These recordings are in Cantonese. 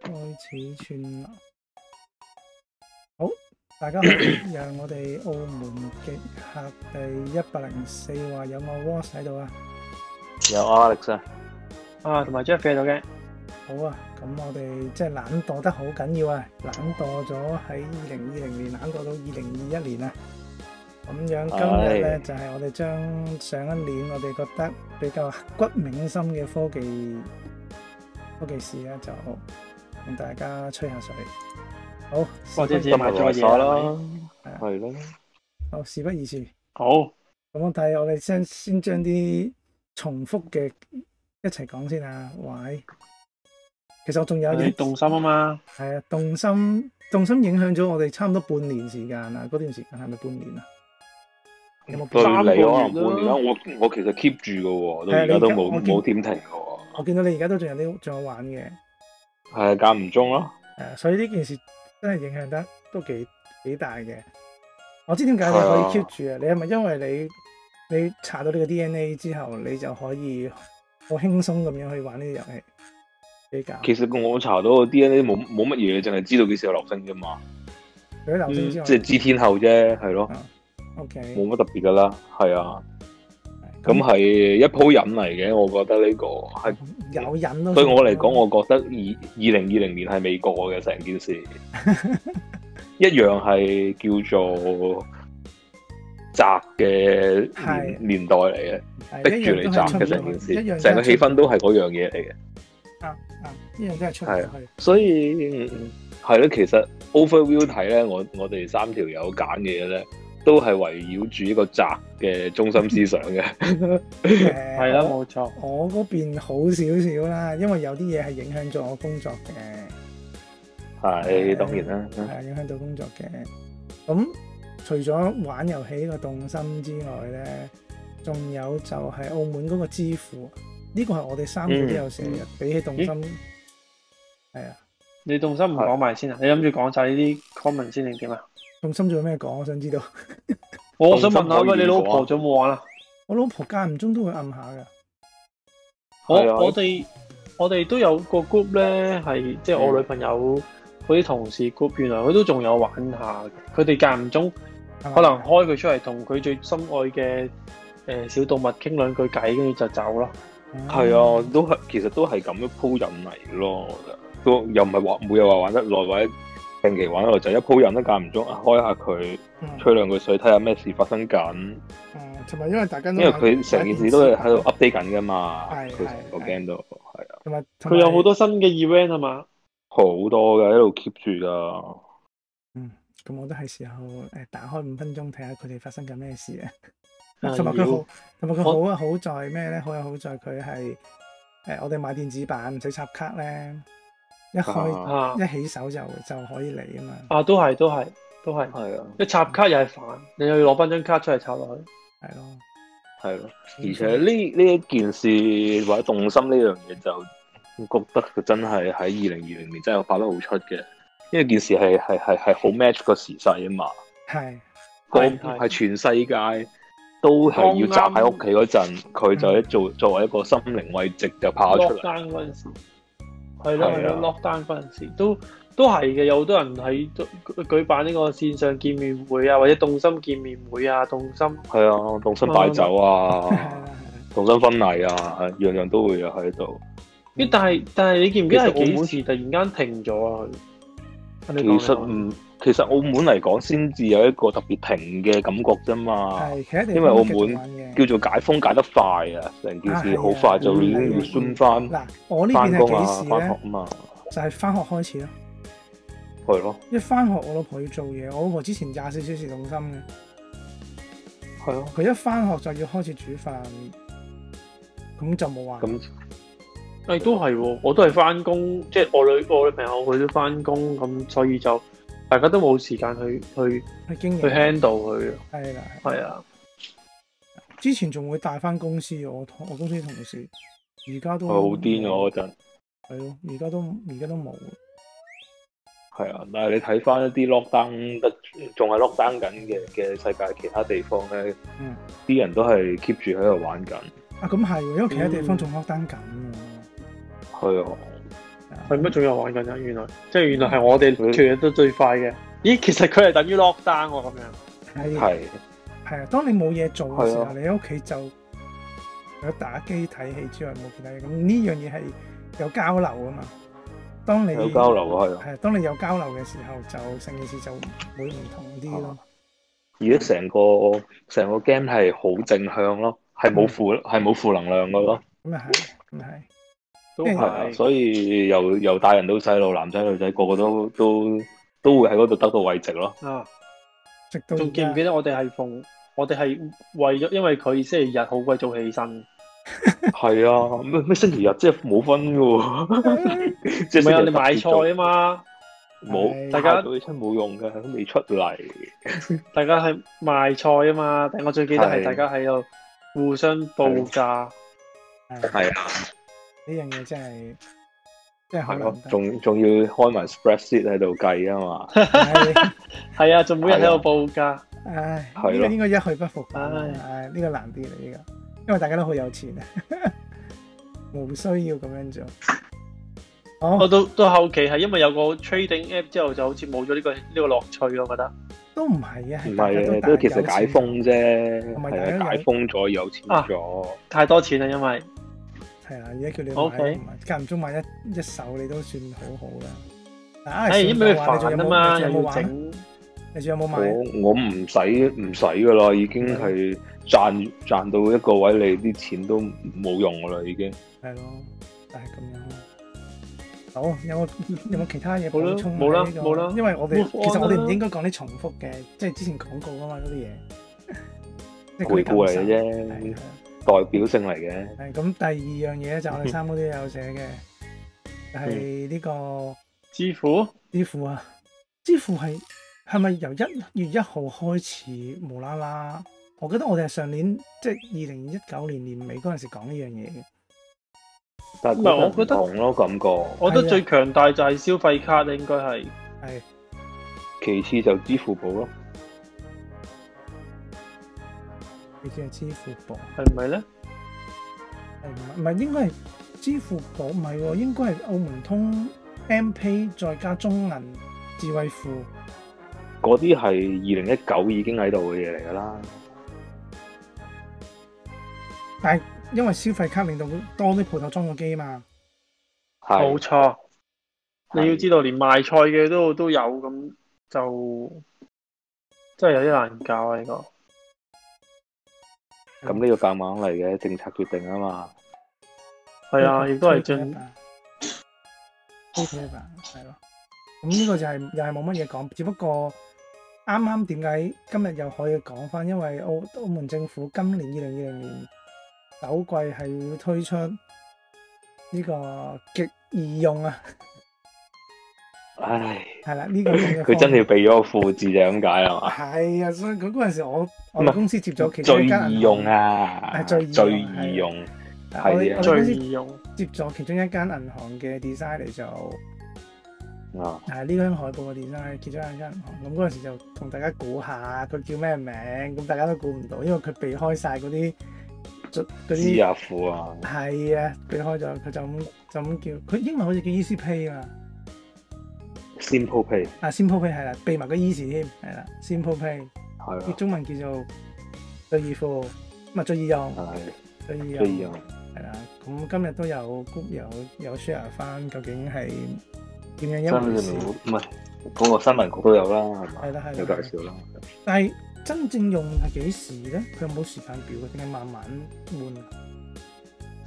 開始串啦。好，大家好，讓我哋澳門極客第一百零四話有冇 Ross 喺度啊？有 Alex 啊，啊，同埋 Jeff 喺度嘅，好啊，咁我哋即係懶惰得好緊要啊！懶惰咗喺二零二零年，懶惰到二零二一年啊！咁樣今日咧唉就係我哋將上一年我哋覺得比較刻骨銘心嘅科技科技事咧，就同大家吹下水。好，事或者不自宜己買咗嘢鎖啦啦。，係咯，好，哦事不宜遲。好，咁我睇我哋先先將啲重複嘅一齊講先啊。喂，其實我仲有你嘢。動心啊嘛，係啊，動心動心影響咗我哋差唔多半年時間啦。嗰段時間係咪半年啊？有冇對變？三個你可能啊半年月啦，啦我我其實 keep 住係嘅喎，到啊而家都冇你而家我見冇點停嘅喎，我見到你而家都仲有啲仲有玩嘅，係啊間唔中咯，誒，所以呢件事真係影響得都幾幾大嘅。我知點解你可以係啊 keep 住啊？你係咪因為你你查到呢個 DNA 之後，你就可以好輕鬆咁樣去玩呢啲遊戲？幾搞？其實我查到個 DNA 冇冇乜嘢，淨係知道幾時有流星啫嘛，除咗流星之外，即係知天后啫，係咯， O K，冇乜特別噶啦，係啊，咁係一鋪癮嚟嘅，我覺得呢個係有癮都對算我嚟講，啦我覺得二二零二零年係未過嘅成 件事，一樣係叫做宅嘅係年年代嚟嘅。係逼一住樣你都係站出嘅唔成到件去一樣都係事，成個出氣唔到氛都係嗰樣嘢嚟嘅。啊啊！呢樣真係出唔係啊去。所以嗯係咯，其實 overview 睇咧，我我哋三條友揀嘅嘢咧，都係圍繞住呢個宅嘅中心思想 嘅。 啊誒係啦，冇錯，我嗰邊好少少啦，因為有啲嘢係影響咗我工作嘅，係當然啦，係啊影響到工作嘅。咁除咗玩遊戲呢個動心之外咧，仲有就係澳門嗰個支付，呢、個係我哋三個都有寫嗯嘅，比起動心係啊。你動心唔講埋先啊？你諗住講晒呢啲 comment 先定點啊？動心仲有咩講？我想知道。我想問下動心可以喂，你老講啊婆仲有冇玩啊？我老婆間唔中都會暗下㗎，我係啊我哋我哋都有個 group 咧，係即係我嗯女朋友嗰啲同事 group，原來佢都仲有玩下嘅，佢哋間唔中係咪可啊能開佢出嚟同佢最心愛嘅誒小動物傾兩句偈，跟住就走咯。嗯係啊，都係其實都係咁樣鋪引嚟咯。我覺得都又唔係話每日話玩得耐或者定期玩得耐，就一鋪引都間唔中啊開下佢嗯吹兩句水，睇下咩事發生緊。嗯同埋因為大家都因為佢成件事都係喺度 update 緊噶嘛，係佢成個係 game 都係啊，同埋佢有好多新嘅 event 啊嘛，好多嘅喺度 keep 住噶。嗯咁我都係時候誒打開五分鐘睇下佢哋發生緊咩事啊！啊同埋佢要好，同埋佢我好啊！好在咩咧？好有好在佢係誒我哋買電子版唔使插卡咧，一開啊啊一起手就就可以嚟啊嘛！啊，都係都係都係，係啊，一插卡又係煩，你又要攞翻張卡出嚟插落去。係咯，係嗯咯，而且呢呢一件事或者動心呢樣嘢就，我覺得佢真係喺二零二零年真係拍得好出嘅，因為件事係係係係好 match 個時勢啊嘛，係個係係係全世界都係要宅喺屋企嗰陣，嗯佢就一做作為一個心靈慰藉就跑出 lock 嚟， down 嗰陣時，係咯係啊係咯，lock down 嗰陣時都都係嘅，有好多人喺都舉辦呢個線上見面會啊，或者動心見面會啊，動心係啊，動心擺酒係啊啦。係啦，動身婚禮啊，樣樣都會有喺度。咦？但係但係你記唔記得其實澳門係幾時突然間停咗啊？佢其你講實你講唔，其實澳門嚟講先至有一個特別停嘅感覺啫嘛。係其他地啊因為方澳都門繼續玩嘅。叫做解封解得快啊，成件事啊好快就已係啊經要宣翻嗱，我呢翻邊工啊係幾，時翻學咧？啊嘛，就係翻學開始咯。係咯，一翻學，我老婆要做嘢，我老婆之前廿四小時動心嘅，係咯。佢一翻學就要開始煮飯，咁就冇玩。咁誒都係喎，我都係翻工，即係我女我女朋友佢都翻工，咁所以就大家都冇時間去去去經去營嗯 handle 佢，係啦。係啊。之前仲會帶翻公司，我同我公司同事，而家都係好癲啊！嗰陣係咯，而家都而家都冇。係啊，但係你睇翻一啲 lockdown 得仲係 lockdown 緊嘅嘅世界其他地方咧嗯，啲人都係 keep 住喺度玩緊，啊，咁係喎，因為其他地方嗯仲 lock down 緊喎。係啊，係係乜仲有玩緊啊？原來即係原來係我哋條嘢都最快嘅。咦，其實佢係等於 lock down 喎咁樣。係係係啊，當你冇嘢做嘅時係啊候，你喺屋企就除咗打機睇戲之外冇其他嘢。咁呢樣嘢係有交流啊嘛。當你有交流啊，係啊。係當你有交流嘅時候，就成件事就會唔同啲哦咯。而家成個成個 game 係好正向咯，係冇嗯負係冇負能量嘅咯，咁啊係，咁啊係。都係啊，嗯係，所以由由大人到細路，男仔女仔個個都都都會喺嗰度得到慰藉咯。啊，直到仲而 記唔記家得我哋係逢我哋係為咗，因為佢星期日好鬼早起身，唔係啊，咩咩星期日即係冇分嘅喎，即係星期係啊，日啊你買菜啊嘛，冇，大家大佢出冇用嘅，都未出嚟。大家係賣菜啊嘛，但我最記得係係大家喺度互相報價，係係啊，呢樣嘢真係真係好係咯難，得。仲仲要開埋 spreadsheet 喺度計啊嘛。 係係啊，仲每日喺度報價，唉，係呢個咯應該一去不復返啦唉唉，呢個難啲嚟呢個，因為大家都好有錢啊， 冇需要咁樣做。我哦，到到後期係因為有個 trading app 之後就好似冇咗呢個呢個樂趣，我覺得都唔係啊，唔係大係家嘅，都都大啊其實解封啫，同埋係大啊，家解有封咗有錢啊咗，太多錢啦，因為係啦，而家叫你買 OK 同埋間唔中買一一手，你都算好好啦。係唉，因為話你仲有煩啊冇嘛，你仲有冇又要玩啊？整。你仲有冇買啊？我我唔使唔使噶啦，已經係賺賺到一個位，你啲錢都冇用噶啦，已經。係咯，就係咁樣咯。好，有冇有冇其他嘢好啦補充啊？冇啦呢個冇啦因為我哋 Move 其 on 實我哋啦唔應該講啲重複嘅，即係之前講過啊嘛嗰啲嘢。 即係嗰回啲顧嚟感受嘅係係，啫代表性嚟嘅。係咁，第二樣嘢咧就我哋三個都有寫嘅，就嗯係呢個支付支付啊。支付係係咪由一月一號開始無啦啦？我記得我哋係上年即係二零一九年年尾嗰陣時講呢樣嘢嘅。但係唔係我嗰陣覺得唔同咯，感覺。我覺係得啊最強大就係消費卡啦，應該係係其次就支付寶咯，你叫支付寶。係咪咧？係唔係唔係應該係支付寶唔係喎，應該係澳門通 M Pay 再加中銀智慧付，嗰啲係二零一九已經喺度嘅嘢嚟㗎啦。但係因為消費卡令到多啲鋪頭裝咗機嘛，係冇錯，你要係知道連賣菜嘅都都有咁就真係有啲難搞啊！呢個咁呢個夾硬嚟嘅政策決定啊嘛。係啊，嗯亦都係推佢一進把推佢一把係咯。咁呢個就係、又係冇乜嘢講，只不過啱啱點解今日又可以講翻，因為澳澳門政府今年二零二零年首季係要推出呢個極易用啊， 唉，係啦，呢、個咁嘅佢方真係要避咗個負字就係咁解啦嘛。係啊，所以佢嗰陣時我我唔係哋公司接咗其中最一間易銀用行，啊，係最易用最易用。我哋係啊我哋公最司易用接咗其中一間銀行嘅 design 嚟做，啊，係呢張海報嘅 design，其中一間銀行。咁嗰陣時就同大家估下佢叫咩名，咁大家都估唔到，因為佢避開晒嗰啲嗰支啲啊付啊，係啊，避開咗，佢就咁就咁叫，佢英文好似叫 Easy Pay 啊嘛。 Simple Pay 啊，Simple Pay 係啦，避埋個 Easy 添，係啦，Simple Pay，係啲啊中文叫做最易付，唔係最易用，係啊最易最易用。。用係啦，咁今日都有 group 有有 share 翻，究竟係點樣一回事新？聞唔係嗰個新聞局都有啦，係嘛？係啦係啦有介紹啦。但係真正用係幾時咧？佢有冇時間表嘅？定係慢慢換？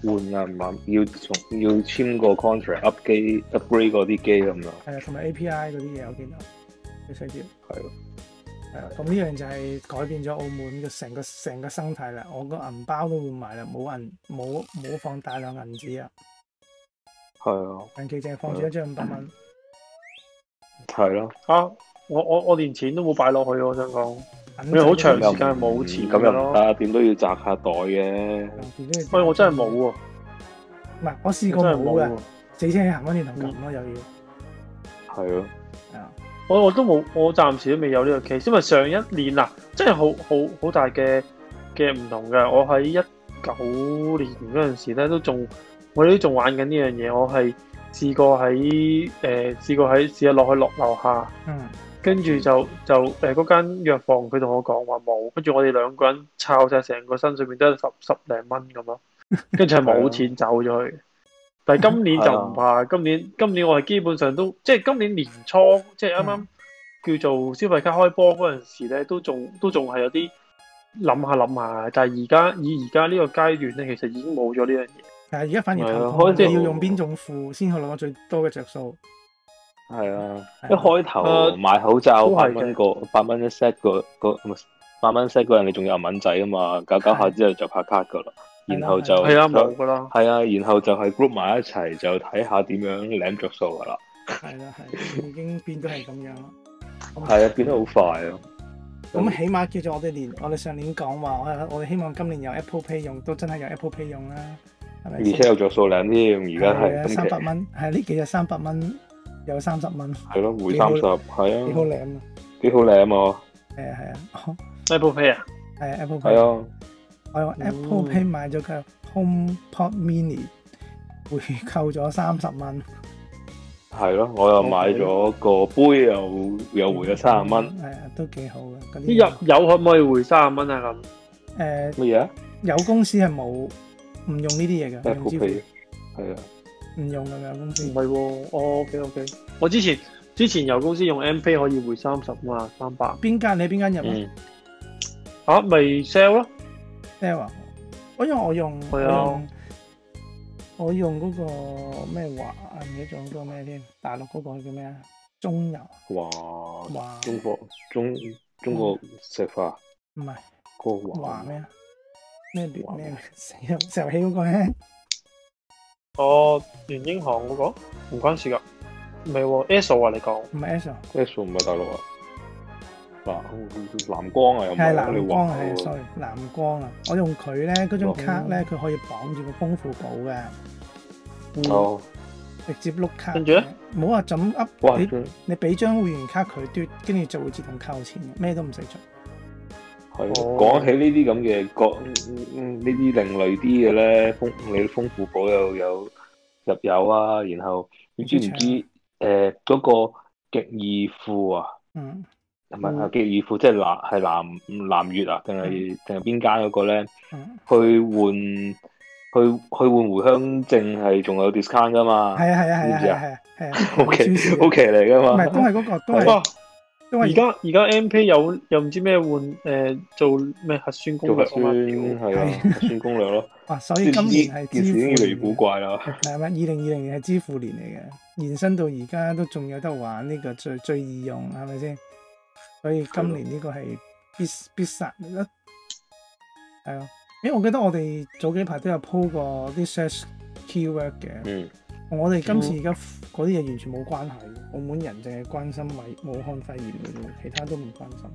換啊，唔係要從要簽個 contract up 機 upgrade 嗰啲機咁樣，係啊，同埋 API 嗰啲嘢我見到佢寫住。係咯。係啊咁呢樣就係改變咗澳門嘅成個成個生態啦。我個銀包都換埋啦，冇銀冇冇放大量銀紙啊，係啊，近期淨係放住一張五百蚊。係咯。啊！我我我連錢都冇擺落去，我想講，銀因為好長紙都時間冇錢咁㗎又唔咯，得，點都要摘下袋嘅。銀紙都喂，要我真係冇喎，唔係我試我過真冇係冇嘅喎，，死車行翻轉頭撳咯，又要係咯，係啊。我我都冇，我暫時都未有呢個 case，因為上一年嗱，真係好好好大嘅嘅唔同嘅。我喺一九年嗰陣時咧，都仲我哋都仲玩緊呢樣嘢。我係試過喺誒、呃、試過喺試下落去落樓下，嗯，跟住就就誒嗰間藥房佢同我講話冇，跟住我哋兩個人抄晒成個身上面都係十十零蚊咁 咯，跟住係冇錢走咗去。但係今啊年就唔怕，今年今年我係基本上都即係今年年初即係啱啱叫做消費卡開波嗰陣時咧，都仲都仲係有啲諗下諗下，但係而家以而家呢個階段咧，其實已經冇咗呢樣嘢。但係而家反而係啊頭開痛，始你要用邊種褲先可以攞到最多嘅着數？ 係啊，係一開頭誒呃買口罩都係八蚊個，八蚊一 set 個個唔係八蚊 set 嗰陣，你仲有銀銀仔啊嘛，搞搞下係之後就拍卡噶啦，係啦然後就係啊，冇噶啦。係啊，然後就係 group 埋一齊就睇下點樣領着數噶啦，係啦，係已經變到係咁 樣啦。係啊，變得好快啊，咁起碼叫做我哋連我哋上年講話，我我哋希望今年有 Apple Pay 用，都真係有 Apple Pay 用啦， 係咪而先？且有着數領添，而家係今期三百蚊，係啊呢幾日三百蚊有三十蚊，幾係咯，回幾好三十好係啊，靚啊！幾好靚啊，係啊係啊， Apple Pay 啊，係 Apple 係 Pay，啊，嗯我用 Apple Pay 買咗個 HomePod Mini，回扣咗三十蚊，係咯，我又買咗個杯又又回咗三十蚊，，係啊，都幾好嘅嗰啲啲。入油可唔可以回三十蚊啊？咁誒乜嘢啊有公司係冇唔用呢啲嘢嘅，唔用？Apple 支付 Pay 係啊。唔用嘅有公唔司。係喎。哦，OK OK。我之前之前有公司用 M Pay 可以回三十嘛，三百邊間你喺邊間入啊嗯，嚇咪 sell 咯。 ？Sarah，我因為我用我係啊用我用嗰個咩華啊唔記得咗嗰個咩添，大陸嗰個叫咩啊？中油嗯哇！華中國中中國石化唔係嗰個華華咩啊？咩聯華咩 死人石油氣嗰個咧？哦，原英行嗰個唔關事㗎，唔係喎。S 啊，你講唔係 S， S 唔係大陸啊，藍藍光啊，又唔係係我藍哋光華係喎， ，sorry 藍光啊！我用佢咧嗰張哦卡咧，佢可以綁住個豐富寶嘅，嗯哦，直接碌卡。跟住咧，冇話怎 up 哇！你真你俾張會員卡佢嘟，跟住就會自動扣錢嘅，咩都唔使做。係啊哦講起呢啲咁嘅國嗯呢啲另類啲嘅咧，豐你豐富寶又有入油啊，然後你知唔知誒嗰個極義富啊？嗯，係咪嗯啊？極義富即係南係南南越啊，定係定係邊間嗰個咧？嗯，去換去去換回鄉證係仲有 discount 噶嘛係啊係啊係啊知唔知啊係啊係啊係啊， ？OK 黐線 OK 嚟噶唔嘛係都？係嗰個，都係哇！都而係家而家 M Pay 有又唔知咩換誒做咩核酸做攻核略啊酸嘛？係啊，核酸攻 略咯。哇！所以即今係年係呢件支事已經付越嚟越年古嚟嘅，怪啦。係咪？二零二零年係支付年嚟嘅，延伸到而家都仲有得玩呢個最最易用，係咪先？所以今年呢個係必必殺嚟啦，係啊！誒，我記得我哋早幾排都有 po 過啲 search keyword 嘅。嗯，我哋今次而家嗰啲嘢完全冇關係，澳門人淨係關心米武漢肺炎，其他都唔關心。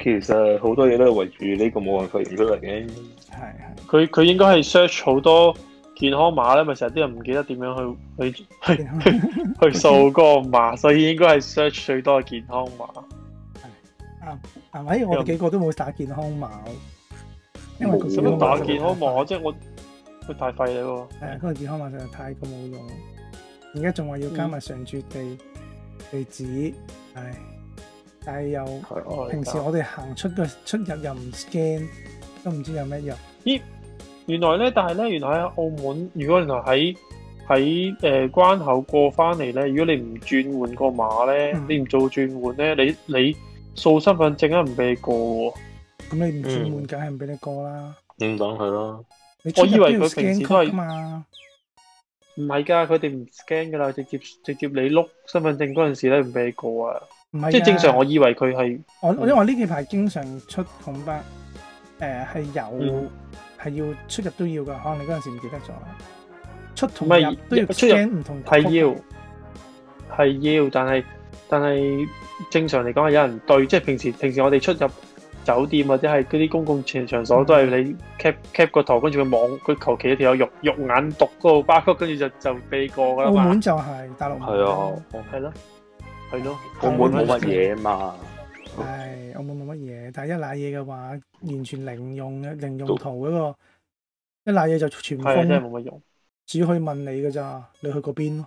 其實好多嘢都係圍住呢個武漢肺炎出嚟係嘅。係佢佢應該係 search 好多健康碼咧，咪成日啲人唔記得點樣去去去健康 去掃嗰個碼，所以應該係 search 最多嘅健康碼。係咪？我哋幾個都冇打健康碼，因為冇佢使使乜乜打打健健康碼？即係我佢大費你喎。係啊，嗰個健康碼實在太過冇用，而家仲話要加埋常住地地址，唉，但係又係啊，哦平時我哋行出個出入又唔 scan，都唔知有咩用。原來咧，但係咧，原來喺澳門，如果原來喺喺誒關口過翻嚟咧，如果你唔轉換個碼咧，嗯你唔做轉換咧，你你掃身份證啊，唔俾你過喎。咁你唔轉換，梗係唔俾你過啦。咁等佢咯。你出我入以為都要佢平 scan 時都係 code 㗎嘛。唔係㗎，佢哋唔 scan 㗎啦，直接直接你碌身份證嗰陣時咧，唔俾你過啊。唔係即係正常，㗎我以為佢係我我因為呢幾排經常出恐北，誒、係有嗯係、要出入都要㗎，可能你嗰陣時唔記得咗。出同唔係入都要出入 scan 唔同曲係要係要，但係但係正常嚟講係有人對，即係平時平時我哋出入酒店或者係嗰啲公共場所嗯都係你 cap cap 個頭，跟住佢望佢求其一條有肉肉眼讀嗰個 barcode，跟住就就避過㗎啦澳嘛門，就係大陸唔係係啊，啊係咯係咯，澳門冇乜嘢嘛，係澳門冇乜嘢，但係一攋嘢嘅話，完全零用嘅零用途嗰、個一攋嘢就全係真係封，冇乜用。只可以問你㗎咋，你去過邊咯？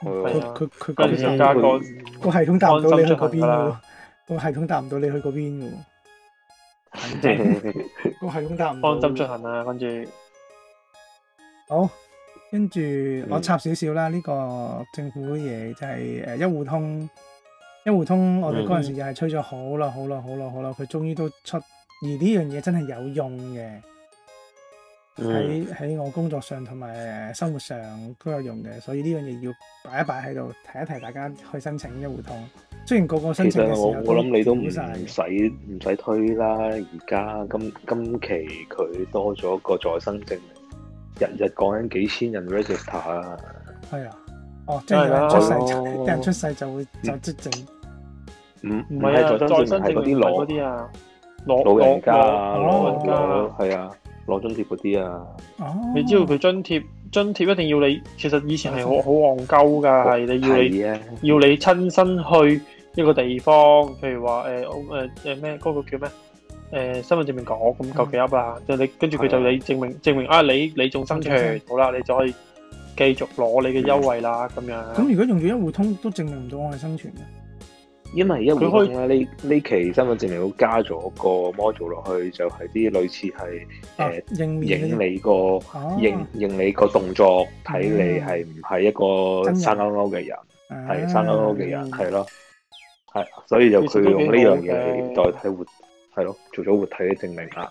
佢係啊佢佢跟講咁住就晒加佢個個系統答唔到你去嗰邊嘅安心出行㗎喎啦，個系統答唔到你去嗰邊嘅喎，係個系統答唔到。安心出行啊，跟住好，跟住嗯我插少少啦，呢、個政府嘢就係誒一戶通，一戶通我哋嗰陣時又係吹咗好耐好耐好耐好耐，佢終於都出，而呢樣嘢真係有用嘅，嗯喺喺我工作上同埋誒生活上都有用嘅，所以呢樣嘢要擺一擺喺度，提一提大家去申請一戶通。雖然個個申其請嘅實時我候我諗你都唔屌使晒唔使推啦，而家今今期佢多咗個再生證明，日日講緊幾千人 register 啊，係啊，哦，即梗係係有啦人出世就，有人出世就會嗯就即整唔唔唔係係啊，再再生證明係生證嗰明啲唔係攞嗰啲啊，攞老人家攞啊攞攞老攞係啊攞津貼嗰啲啊，哦，你知道佢津貼津貼一定要你，其實以前係好好戇鳩㗎，係你要你。係啊，要你親身去一個地方，譬如話誒誒誒咩嗰個叫咩誒、身份證明局咁夠幾噏啦，就你跟住佢就你證明證明啊你你仲生存，好啦，你就可以繼續攞你嘅優惠啦咁咁樣。如果用咗一戶通都證明唔到我係生存嘅。因為一佢互可以通咧，呢呢期身份證明會加咗個 module 落去，就係啲類似係啊誒認面嗰影啲你個。哦嗯認認你個動作，睇你係唔係一個真人生勾勾嘅人，係生勾勾嘅人，啊係咯，係，所以就佢用呢樣嘢其實嚟都幾好嘅代替活，係咯，做咗活體嘅證明啦，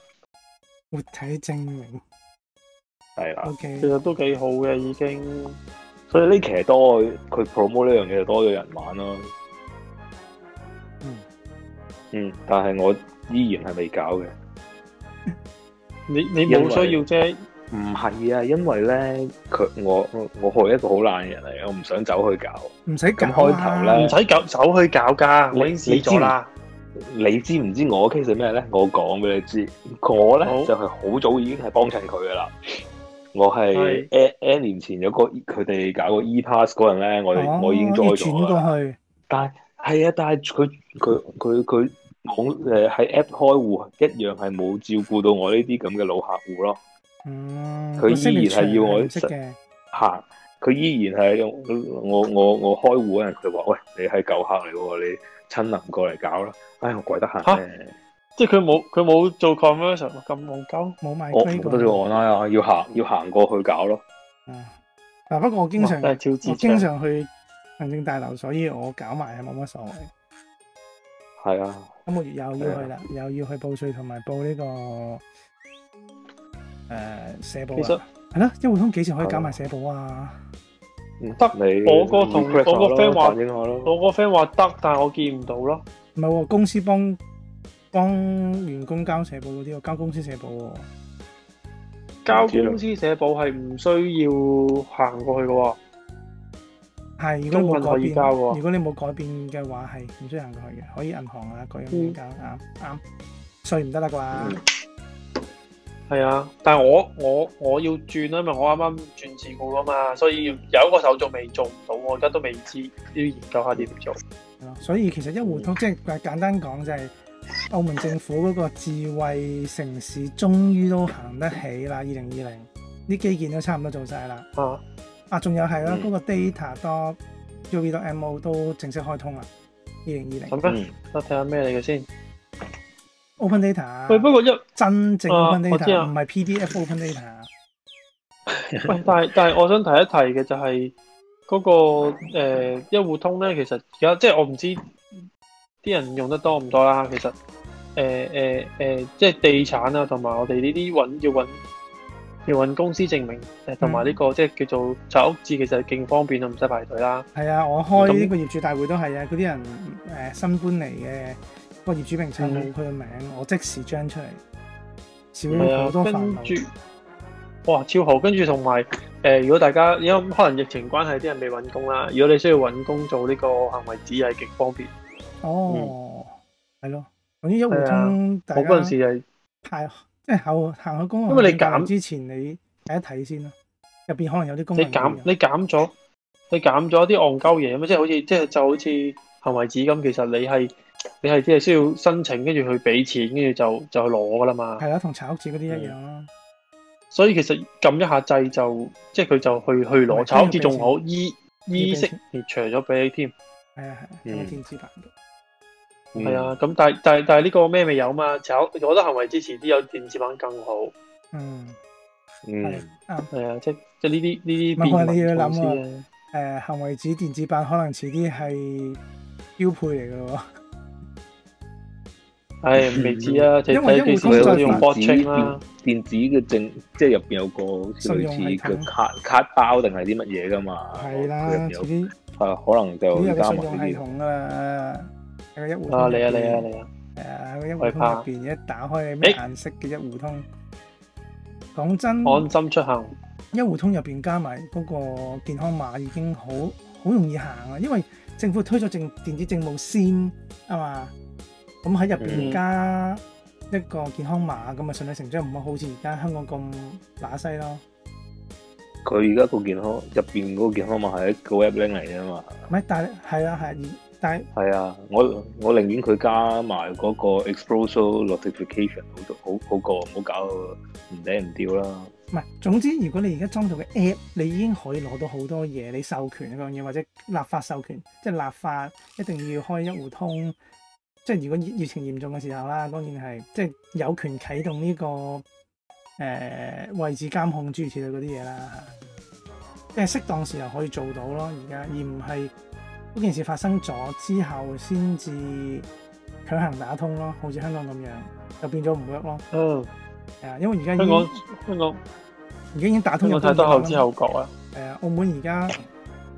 活體證明。係啦 O，K，其實都幾好嘅已經，所以呢期多佢 promote 呢樣嘢就多咗人玩咯，嗯嗯，但係我依然係未搞嘅，你你冇需要啫，唔係啊，因為咧佢我我我係一個好懶嘅人嚟，我唔想走去搞。唔使搞咁開頭呢唔使搞走去搞㗎，我已經試咗啦。你知唔知我 case 係咩咧？我講俾你知，我咧好就係、好早已經係幫襯佢噶啦。我係係 N N 年前有個佢哋搞個 E Pass 嗰陣咧，我哋、哦我已經 join 要咗轉啦。過去，但係係啊，但係佢佢佢佢網誒喺 App 開戶一樣係冇照顧到我呢啲咁嘅老客戶咯。嗯，佢個依然係要我 signature 唔識嘅，嚇！佢依然係用我我我開戶嗰陣，佢話：喂，你係舊客嚟喎，你親臨過嚟搞啦！唉，我鬼得閒嚇咩？即係佢冇佢冇做 conversion，咁戇鳩。冇買我 grade 冇過得做 online 啊，要行要行過去搞咯。嗯嗱，不過我經常真係超我智經障。常去行政大樓，所以我搞埋係冇乜所謂。係啊，今個月又要去啦，又要去報税同埋報呢個誒社保其實啊。係啦，一戶通幾時可以搞埋社保啊？得你我個同 request 我個 friend 話我咯反映我咯，我個 friend 話得，但係我見唔到咯。唔係喎，公司幫幫員工交社保嗰啲喎，我交公司社保喎。交公司社保係唔需要行過去嘅喎，係，如果你冇改中文可以變，交喎如果你冇改變嘅話，係唔需要行過去嘅，可以銀行啊各樣嘢交，嗯啱啱税唔得啦嗯啩？係啊。但係我我我要轉啦，因為我啱啱轉自雇啊嘛，所以有一個手續未做唔到，我而家都未知，要研究下點做。係咯，所以其實一戶嗯通即係簡單講就係澳門政府嗰個智慧城市終於都行得起啦，二零二零啲基建都差唔多做晒啦。啊，啊，仲有係啦，嗰嗯個 data 多 UV 多 MO 都正式開通啦，二零二零咁咩？嗯，我睇下咩嚟嘅先。 Open Data，啊喂，不過一喂，真正啊 Open 我知 Data 啊唔係 PDF Open Data。但係但係我想提一提嘅就係嗰個呃一戶通咧，其實而家即係我唔知啲人用得多唔多啦。其實誒誒誒，即係地產啊，同埋我哋呢啲揾要揾要揾公司證明誒，同埋呢嗯個即係叫做拆屋字，其實勁方便啊，唔使排隊啦。係啊，我開呢個業主大會都係啊，嗰啲人誒、呃新搬嚟嘅個業主名冊冇佢嘅名，我即時將出嚟，少嗯係咗啊嗯好，多煩跟住惱。哇超好，跟住同埋誒，如果大家因為可能疫情關係，啲人未揾工啦，如果你需要揾工做呢個行為指引，極方便。哦，係咯，總之一互通大嗯我嗰陣家時係。派即係行行去公因為你行減之前，你睇一睇先啦，入邊可能有啲功你能減會有你減咗你減咗啲戇鳩嘢咁，即係好似即係就好似行為紙咁，其實你係你係只係需要申請，跟住去俾錢，跟住就就去攞噶啦嘛。係啦，同查屋紙嗰啲一樣啦。所以其實撳一下掣就即係佢就去係去攞，真係炒字仲好，依 E，衣色列除咗俾你添。係啊係啊，有嗯電子版本。嗯係，啊，咁但係但係但係呢個咩未有嘛？炒我覺得行為支持啲有電子版更好。嗯，嗯，係啊，即即呢啲呢唔係啲你要變諗啊民措施咧， 誒行為紙電子版可能遲啲係標配嚟嘅咯唉未知啊，即因為睇幾因為時通常都用發 bot check 啦電。電子嘅證，即係入邊有個好似類似信用系統嘅卡卡包定係啲乜嘢㗎嘛？喎，係啦，佢入遲邊有啲啊，可遲啲能就有個加信用系埋呢啲。統噶啦，喺個一戶啊通入嚟啊嚟邊，啊嚟啊！係啊喺個一害戶通怕入邊一打開你咩誒顏色嘅一戶通，講真，安心出行，一戶通入邊加埋嗰個健康碼已經好好容易行啊，因為政府推咗政電子政務先啊嘛，咁喺入邊嗯加一個健康碼咁啊，順理成章唔好好似而家香港咁乸西咯。佢而家個健康入邊嗰個健康碼係一個 app link 嚟㗎嘛。唔係，但係係啦係，而但係係啊，我我寧願佢加埋嗰個 exposure notification 好多好好過唔好搞唔嗲唔吊啦。唔係總之，如果你而家裝到嘅 app，你已經可以攞到好多嘢，你授權嗰樣嘢或者立法授權，即係立法一定要開一戶通。即係如果疫疫情嚴重嘅時候啦，當然係即係有權啟動呢、個誒、位置監控諸如此類嗰啲嘢啦。即係適當時候可以做到咯，而家而唔係嗰件事發生咗之後先至強行打通咯，好似香港咁樣就變咗唔 work 咯。嗯，係啊，因為而家已香港經香港而家已經打通香咗港太多邊境後啦知後覺啊！誒、澳門而家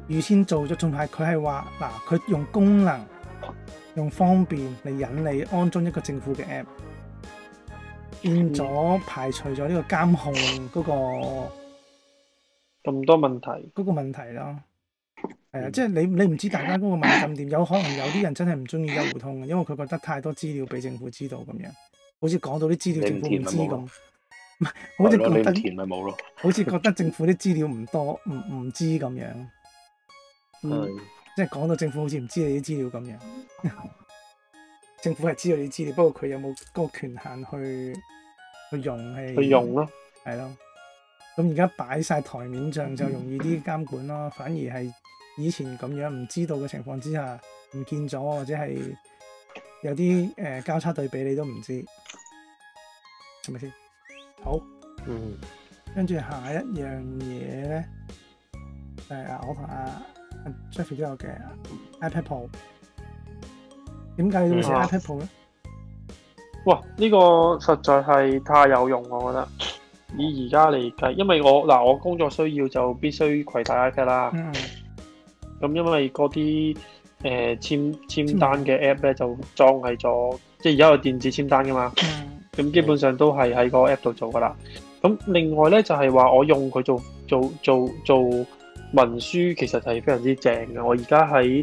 預先做咗，仲係佢係話嗱，佢用功能、用方便嚟引你安裝一個政府嘅 app，變咗排除咗呢個監控嗰、個 咁多問題，嗰、個問題咯。係啊，嗯即係你你唔知大家嗰個敏感點，有可能有啲人真係唔中意一互通嘅，因為佢覺得太多資料俾政府知道咁樣，好似講到啲資料政府唔知你唔填咪冇咁，咯唔係好似係咯覺你唔得填咪冇咯。好似覺得政府啲資料唔多，唔唔知咁樣。嗯，即係講到政府好似唔知你啲資料咁樣。 政府係知道你啲資料，不過佢有冇嗰個權限去去用係去用咯，係咯。咁而家擺晒台面上就容易啲監管咯，反而係以前咁樣唔知道嘅情況之下唔見咗，或者係有啲誒、呃交叉對比你都唔知，係咪先？好。嗯，跟住下一樣嘢咧，就係啊，我同阿阿 Jeffy 都有嘅 iPad Pro。點啊解你會寫嗯啊 iPad Pro 咧？哇！呢個實在係太有用，我覺得。以而家嚟計，因為我嗱我工作需要就必須攜帶 iPad 啦。嗯，咁因為嗰啲誒簽簽單嘅 app 咧就裝喺咗，即係而家有電子簽單噶嘛。嗯咁基本上都係喺個 app 度做噶啦。咁另外咧就係、話我用佢做做做做文書，其實係非常之正嘅。我而家喺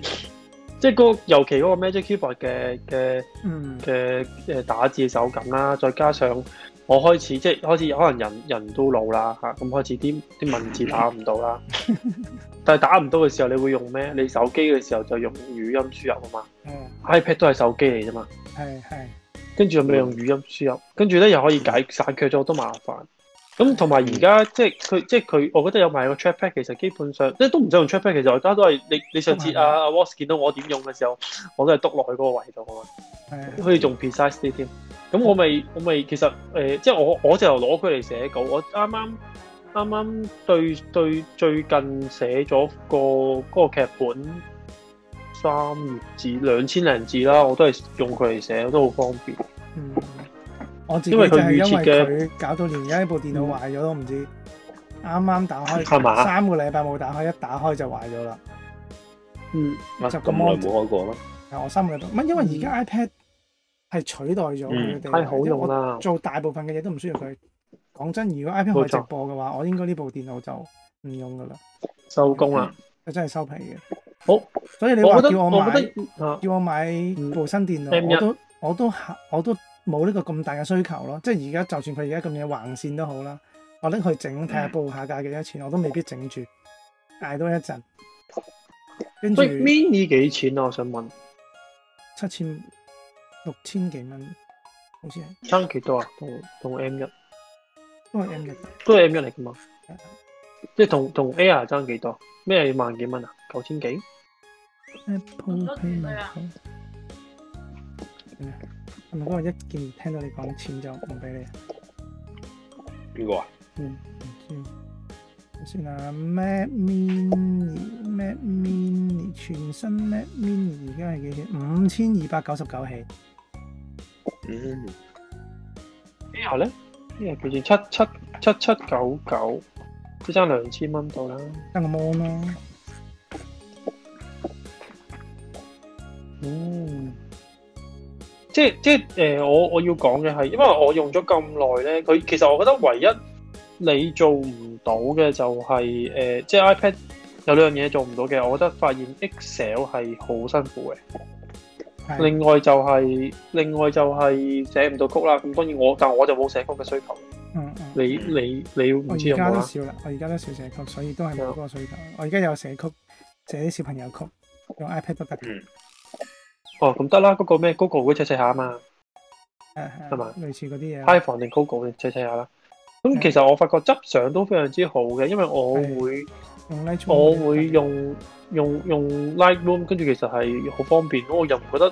即係嗰個尤其嗰個 Magic Keyboard 嘅嘅嗯嘅誒打字嘅手感啦，再加上我開始即係開始可能人人都老啦嚇，咁開始啲啲文字打唔到啦。但係打唔到嘅時候，你會用咩？你手機嘅時候就用語音輸入啊嘛嗯， ，iPad 都係手機嚟啫嘛。係係，跟住又咪用語音輸入，跟住咧又可以解散卻咗好多麻煩。咁同埋而家即係佢即係佢，我覺得有埋個 trackpad，其實基本上即係都唔使用 trackpad，其實我而家都係你你上次都係阿阿 w a s 見到我點用嘅時候，我都係篤落去嗰個位度啊嘛，係可以仲 precise 啲添。咁我咪我咪其實誒、呃即係我我就攞佢嚟寫稿，我啱啱啱啱對對最近寫咗個嗰、個劇本三頁字兩千零字啦，我都係用佢嚟寫，都好方便。嗯。我自己因就為佢係因預設為嘅佢搞到連而家呢部電腦壞咗都唔知，啱啱打係開嘛三個禮拜冇打開，一打開就壞咗啦。嗯。啊就咁咁耐冇開過啦。係我三個禮拜，唔係因為而家 iPad 係取代咗佢嗯哋，嗯太好因為用啊我啦！做大部分嘅嘢都唔需要佢。講真，如果 iPad 可以冇錯直播嘅話，我應該呢部電腦就唔用噶啦，收工啦。就真係收皮嘅。好，所以你我話覺得叫我我買覺，得啊，叫我買部新電嗯腦，我都我都我都冇呢個咁大嘅需求咯。即係而家就算佢而家咁嘢橫線都好啦，我拎去整睇下報下價幾多錢，我都未必整住，捱多一陣，跟住喂，mini 幾錢啊？我想問，七千六千幾蚊，好似係爭幾多啊？同同 M 一都係 M 一。都係 M 一嚟噶嘛？即係同同 Air 爭幾多？咩萬幾蚊啊？九千幾？ Apple 咁多錢 Pay 佢啊好點啊係咪嗰個一見聽到你講錢就唔俾你啊？邊個啊？唔知先啊，Mac Mini，Mac Mini 全新 Mac Mini 而家係幾錢？五千二百九十九起，嗯， Air 咧？Air 佢錢七七七七九九，即係爭兩千蚊到啦。得個 mon 咯。嗯，即係即係誒、呃我我要講嘅係，因為我用咗咁耐咧，佢其實我覺得唯一你做唔到嘅就係、呃即係 iPad 有兩樣嘢做唔到嘅，我覺得發現 Excel 係好辛苦嘅。係另外就係、另外就係寫唔到曲啦。咁當然我，但我就冇寫曲嘅需求。嗯嗯。你你你我唔而知有家冇都啦？少啦，我而家都少寫曲，所以都係冇嗰個需求。我而家有寫曲，寫啲小朋友曲，用 iPad 都得嘅，哦，咁得啦，嗰、個咩 Google 嗰隻寫下啊嘛。係係嘛類似嗰啲嘢啦。 iPhone 定 Google 你睇睇下啦。嗯咁其實我發覺執相都非常之好嘅，因為我會用 Lightroom 我嗰啲會得用用用 Lightroom，跟住其實係好方便，我又唔覺得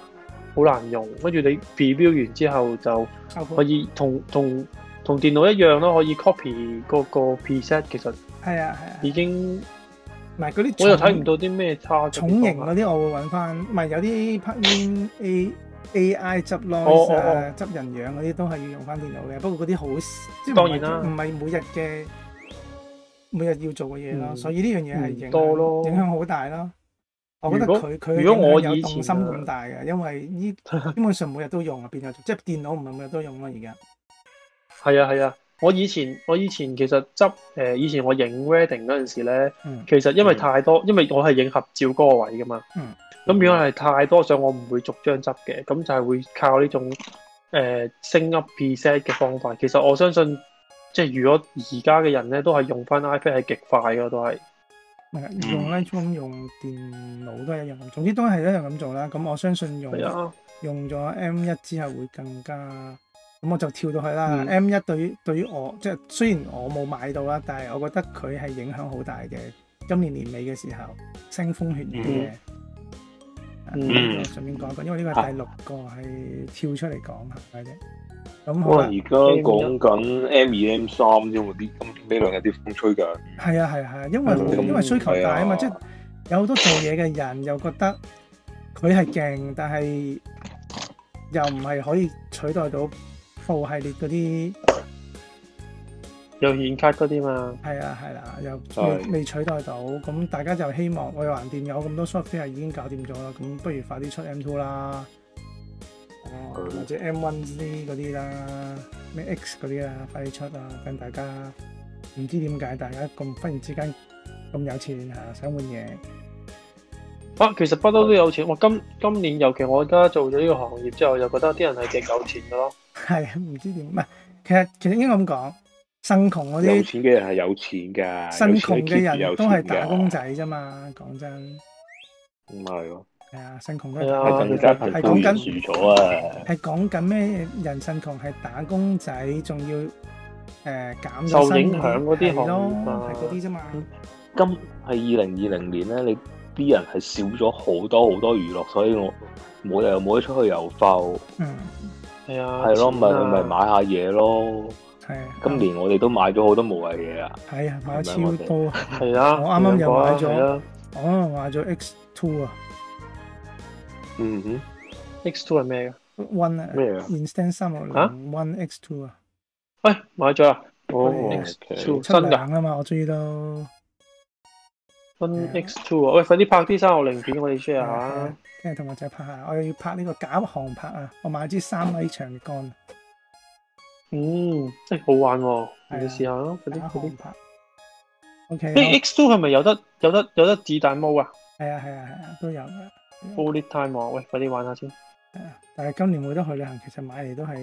好難用。跟住你 preview 完之後就效果可以同同同電腦一樣咯，可以 copy 個個 preset，其實係啊係啊，已經唔係嗰啲我又重睇唔到啲咩差嘅地方重啊型嗰啲，我會揾翻，唔係有啲 plugin A A I 執 l 哦哦 o 啊哦、執人樣嗰啲都係要用翻電腦嘅，不過嗰啲好即係唔係當然啦唔係每日嘅每日要做嘅嘢咯，嗯所以呢樣嘢係影響唔多咯影響好大咯。我覺得如果佢佢嘅如果我影響有以動前心啊咁大嘅，因為 呢基本上每日都用啊，變咗即係電腦唔係每日都用咯，而家係啊係啊。我以前我以前其實執誒、呃以前我影 wedding 嗰陣時咧。嗯其實因為嗯太多，因為我係影合照嗰個位噶嘛，咁、嗯如果係太多相，我唔會逐張執嘅，咁就係會靠呢種誒、呃升 up preset 嘅方法。其實我相信，即係如果而家嘅人咧，都係用翻 iPad 係極快嘅，都係唔係用 Lightroom 用電腦都係一樣，總之都係一樣咁做啦。咁我相信用係。啊，用咗 M 一之後會更加，咁我就跳到去啦。嗯 M 一對於對於我即係雖然我冇買到啦，但係我覺得佢係影響好大嘅。今年年尾嘅時候，腥風血雨嘅。嗯啊呢個順便講一講，因為呢個係第六個係跳出嚟講下嘅啫。咁好可能啦而，家講緊 M 二 M 三啫喎，啲咁呢兩日啲風吹緊。係啊係啊係啊，因為咁因為需求大啊嘛，係即係有好多做嘢嘅人又覺得佢係勁，但係又唔係可以取代到副系列嗰啲。有顯卡嗰啲嘛，係啦，係啦，又未係未取代到，咁大家就希望我哋橫掂有咁多 software 已經搞掂咗啦，咁不如快啲出 M two 啦，哦係或者 M one 啲嗰啲啦，咩 X 嗰啲啦，快啲出啦，等大家唔知點解大家咁忽然之間咁有錢啊，想換嘢， 啊，其實不嬲都有錢。我今今年尤其我而家做咗呢個行業之後，就覺得啲人係極有錢嘅咯。係唔知點，唔係其實其實應該咁講，生窮嗰有啲錢嘅人係有錢㗎，生窮嘅有錢 keep 住有人都錢係㗎打工，仔啫嘛，講真，唔係咯，係啊，生窮都係啊係係更加係講貧富緊懸殊咗啊！係講緊咩人信窮係打工仔，仲要誒、呃、減咗受薪影響嗰啲係咯行業啊係嗰啲啫嘛。今係二零二零年咧，你啲人係少咗好多好多娛樂，所以我冇理由冇得出去遊浮，嗯，係啊，係咯，錢咪啊咪買下嘢咯。係啊。今年我哋都買咗好多無謂嘢啊！係啊，買係咪我咗超哋多啊！係啊，我啱啱又買咗係啊我可能買咗 X Two 啊嗯哼， X Two 係咩嘅？ ，One 啊咩啊，Instant 三六零啊 One X Two 啊，喂，買咗啊！哦我哋 X ，OK， Two 出新啊糧㗎。啦啊嘛，我終於都 One X Two 啊！喂，快啲拍啲三六零片我哋啊 share 下。跟住同我仔拍下，我要拍呢個假航拍啊！我買支三米長嘅杆，嗯，真係好玩喎，係啊你試下咯，快啲假快啲航。拍。O K，誒 X Two 係咪有得有得有得子彈毛啊係啊係啊係啊，都有嘅。 ？Bullet Time 啊！喂，快啲玩下先。係啊但係今年冇得去旅行，其實買嚟都係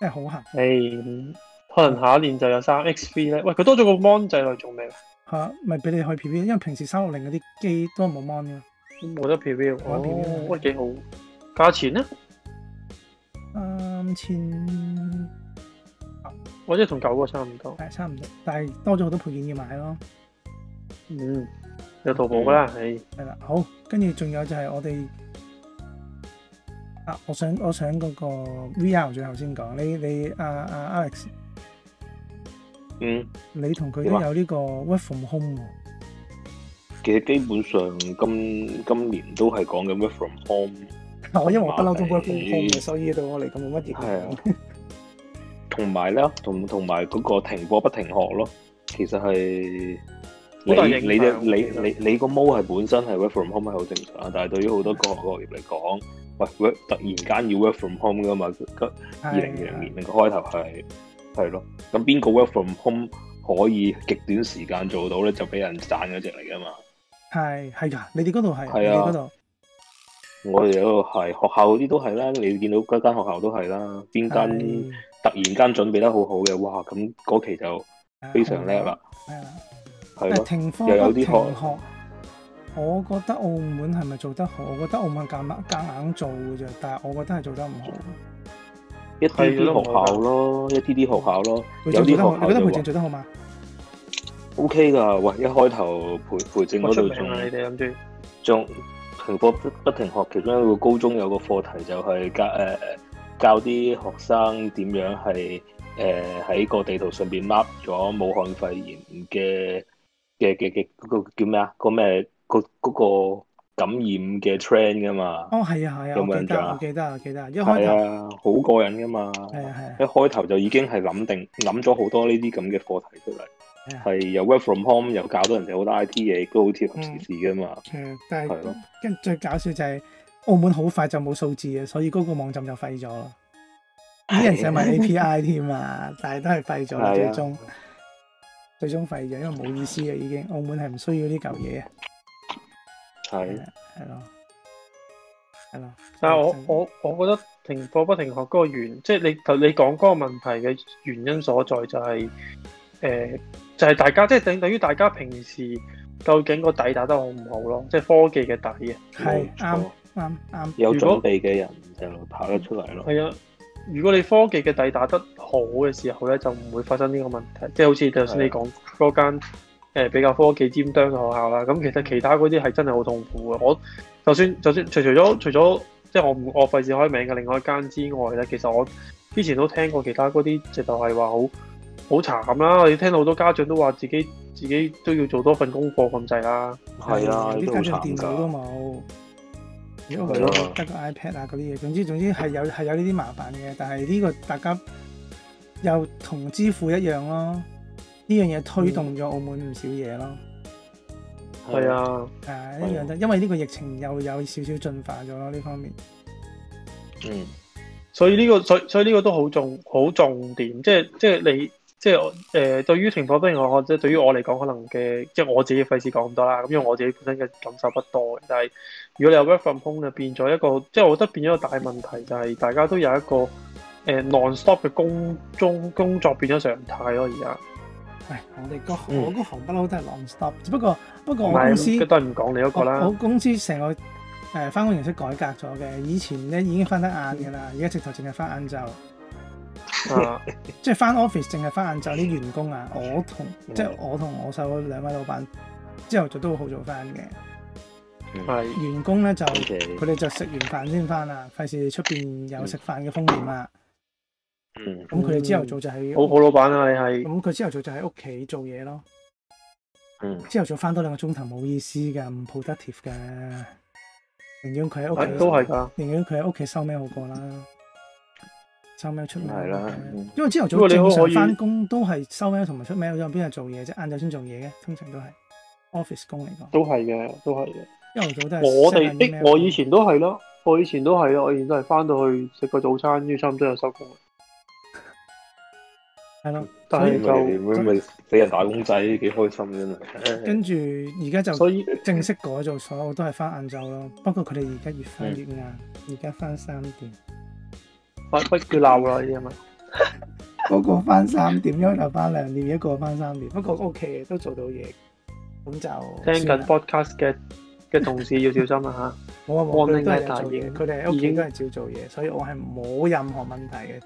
真係好行誒，可能下一年就有三 X V 咧。喂，佢多咗個 mon 掣嚟做咩？嚇，咪俾你去 P P，因為平時三六零嗰啲機都冇 mon 嘅。冇得 preview。冇得 preview 哦，喂，幾好。價錢咧？三千或者同九個差唔多。係差唔多，但係多咗好多配件要買咯。嗯，有淘寶㗎嗯啦，唉，係啦，好，跟住仲有就係我哋啊，我想我想嗰個 VR 最後先講，你你啊啊 Alex，嗯，你同佢點都啊有呢個 work from home 喎。 其實基本上今今年都係講緊 work from home，我因為我不嬲都 work from home 嘅，所以對我嚟講冇乜影係啊響。，同埋咧，同同埋嗰個停課不停學咯，其實係好大你影響啊你嘅其實你你你個毛係本身係 work from home 係好正常啊，但係對於好多各行各業嚟講，喂 work 突然間要 work from home 噶嘛，咁啊二啊零二零年嘅開頭係係咯，咁邊個 work from home 可以極短時間做到咧，就俾人賺嗰只嚟噶嘛。係係㗎，你哋嗰度係，你係哋啊嗰度我哋嗰度係學校嗰啲都係啦，你見到嗰間學校都係啦，邊間係突然間準備得好好嘅，哇！咁嗰期就非常叻啦，，係啊。係但係咯，停又課有不停啲學學，我覺得澳門係咪做得好？我覺得澳門夾硬夾硬做嘅啫，但係我覺得係做得唔好。一啲係咯啊啲學校咯，一啲啲學校咯，培有正啲做得好，學你覺得校培正就話做得好嘛？ O K 㗎，喂！一開頭培培正我嗰度出名啊啦，你仲哋諗住仲停課不不停學，其中一個高中有個課題就係教誒、呃教啲學生點樣係誒喺個地圖上邊 mark 咗武漢肺炎嘅嘅嘅嘅嗰個叫咩啊？個咩個嗰個感染嘅 trend 㗎嘛？哦，係啊，係啊，有冇我記印象得，啊我記得，我記得，一開係頭啊，好過癮㗎嘛！係啊，係啊一，開頭就已經係諗定諗咗好多呢啲咁嘅課題出係嚟啊，係又 work from home 又搞到人哋好多 I T 嘢，都好貼合時事啊㗎嘛。嗯但係係咯跟最搞笑就係澳門好快就冇數字嘅，所以嗰個網站就廢咗啦。啲人寫 埋 API 添啊，但係都係廢咗啦，最係啊終最終廢咗，因為冇意思嘅已經。澳門係唔需要呢嚿嘢啊，係係咯，係咯。但嗯係啊我我我覺得停課不停學嗰個原，即係你頭你講嗰個問題嘅原因所在就係、誒、就係、大家即係等等於大家平時究竟個底打得好唔好咯，即係科技嘅底啊。係冇錯啱啱啱，有如果準備嘅人就跑得出嚟咯。係啊，如果你科技嘅底打得好嘅時候咧，就唔會發生呢個問題。即係啊好似頭先你講嗰間誒比較科技尖端嘅學校啦，咁其實其他嗰啲係真係好痛苦嘅。我就算就算除除咗除咗即係我唔我費事開名嘅另外一間之外咧，其實我之前都聽過其他嗰啲直頭係話好好慘啦。你聽到好多家長都話自己自己都要做多份功課咁滯啦。係啊，呢啲都好家長慘電腦都㗎。冇，如果係我咯得個 iPad 啊嗰啲嘢，總之總之係有係有呢啲麻煩嘅，但係呢個大家又同支付一樣咯，呢樣嘢推動咗澳門唔少嘢咯，係，啊，係啊一樣得，因為呢個疫情又有少少進化咗咯呢方面，嗯，所以呢、個所以所以呢個都好重好重點，即係即係你即係誒、呃、對於停課不停學，即係對於我嚟講，可能嘅即係我自己費事講咁多啦。咁因為我自己本身嘅感受不多嘅，但係如果你有 work from home 就變咗一個，即係我覺得變咗一個大問題，就係、大家都有一個誒、呃 non-stop 嘅工中工作變咗常態咯。而家喂，我哋個嗯我嗰行不嬲都係 non stop，只不過不過唔哦我哦公司係都係唔講你嗰個我我啦，公司成個誒翻工形式改革咗嘅，以前咧已經翻得晏嘅啦，嗯而家直頭淨係翻晏晝。啊即係翻 office 淨係翻晏晝啲員工啊，我同嗯即係我同我手兩位老闆，朝頭早都好早翻嘅。係員工咧就佢 OK，哋就食完飯先翻啦，費事出邊有食飯嘅風險啊。嗯，咁佢哋朝頭早就喺好好老闆啊，你係咁佢朝頭早就喺屋企做嘢咯。嗯，朝頭早翻多兩個鐘頭冇意思㗎，唔 productive 㗎。寧願佢喺屋係企啊都係㗎。寧願佢喺屋企收咩好過啦，收咩出名係啦嗯因為朝頭不早過你可正可常以翻工都係收咩同埋出咩，有邊係做嘢啫？晏晝先做嘢嘅，通常都係 office 工嚟講，都係嘅，都係嘅。朝頭早都係我哋 send 的 email 我以前都係咯，我以前都係咯，我以前都係翻到去食個早餐，跟住差唔多就收工啦。係咯，但所以係咁咪就咪咪俾人打工仔幾開心真係。跟住而家就所以正式改做所有都係翻晏晝咯。不過佢哋而家越翻越晏，而家翻三點，不不叫鬧啦，呢 啲係咪？嗰個翻三點，一個翻兩點，一個翻三點。不過 OK 嘅，都做到嘢，咁就聽算緊啦 podcast 嘅嘅同事要小心啦嚇。冇啊冇啊，佢安哋寧都係有做嘅大嘢，型佢哋喺屋企已經都係照做嘢，所以我係冇任何問題嘅。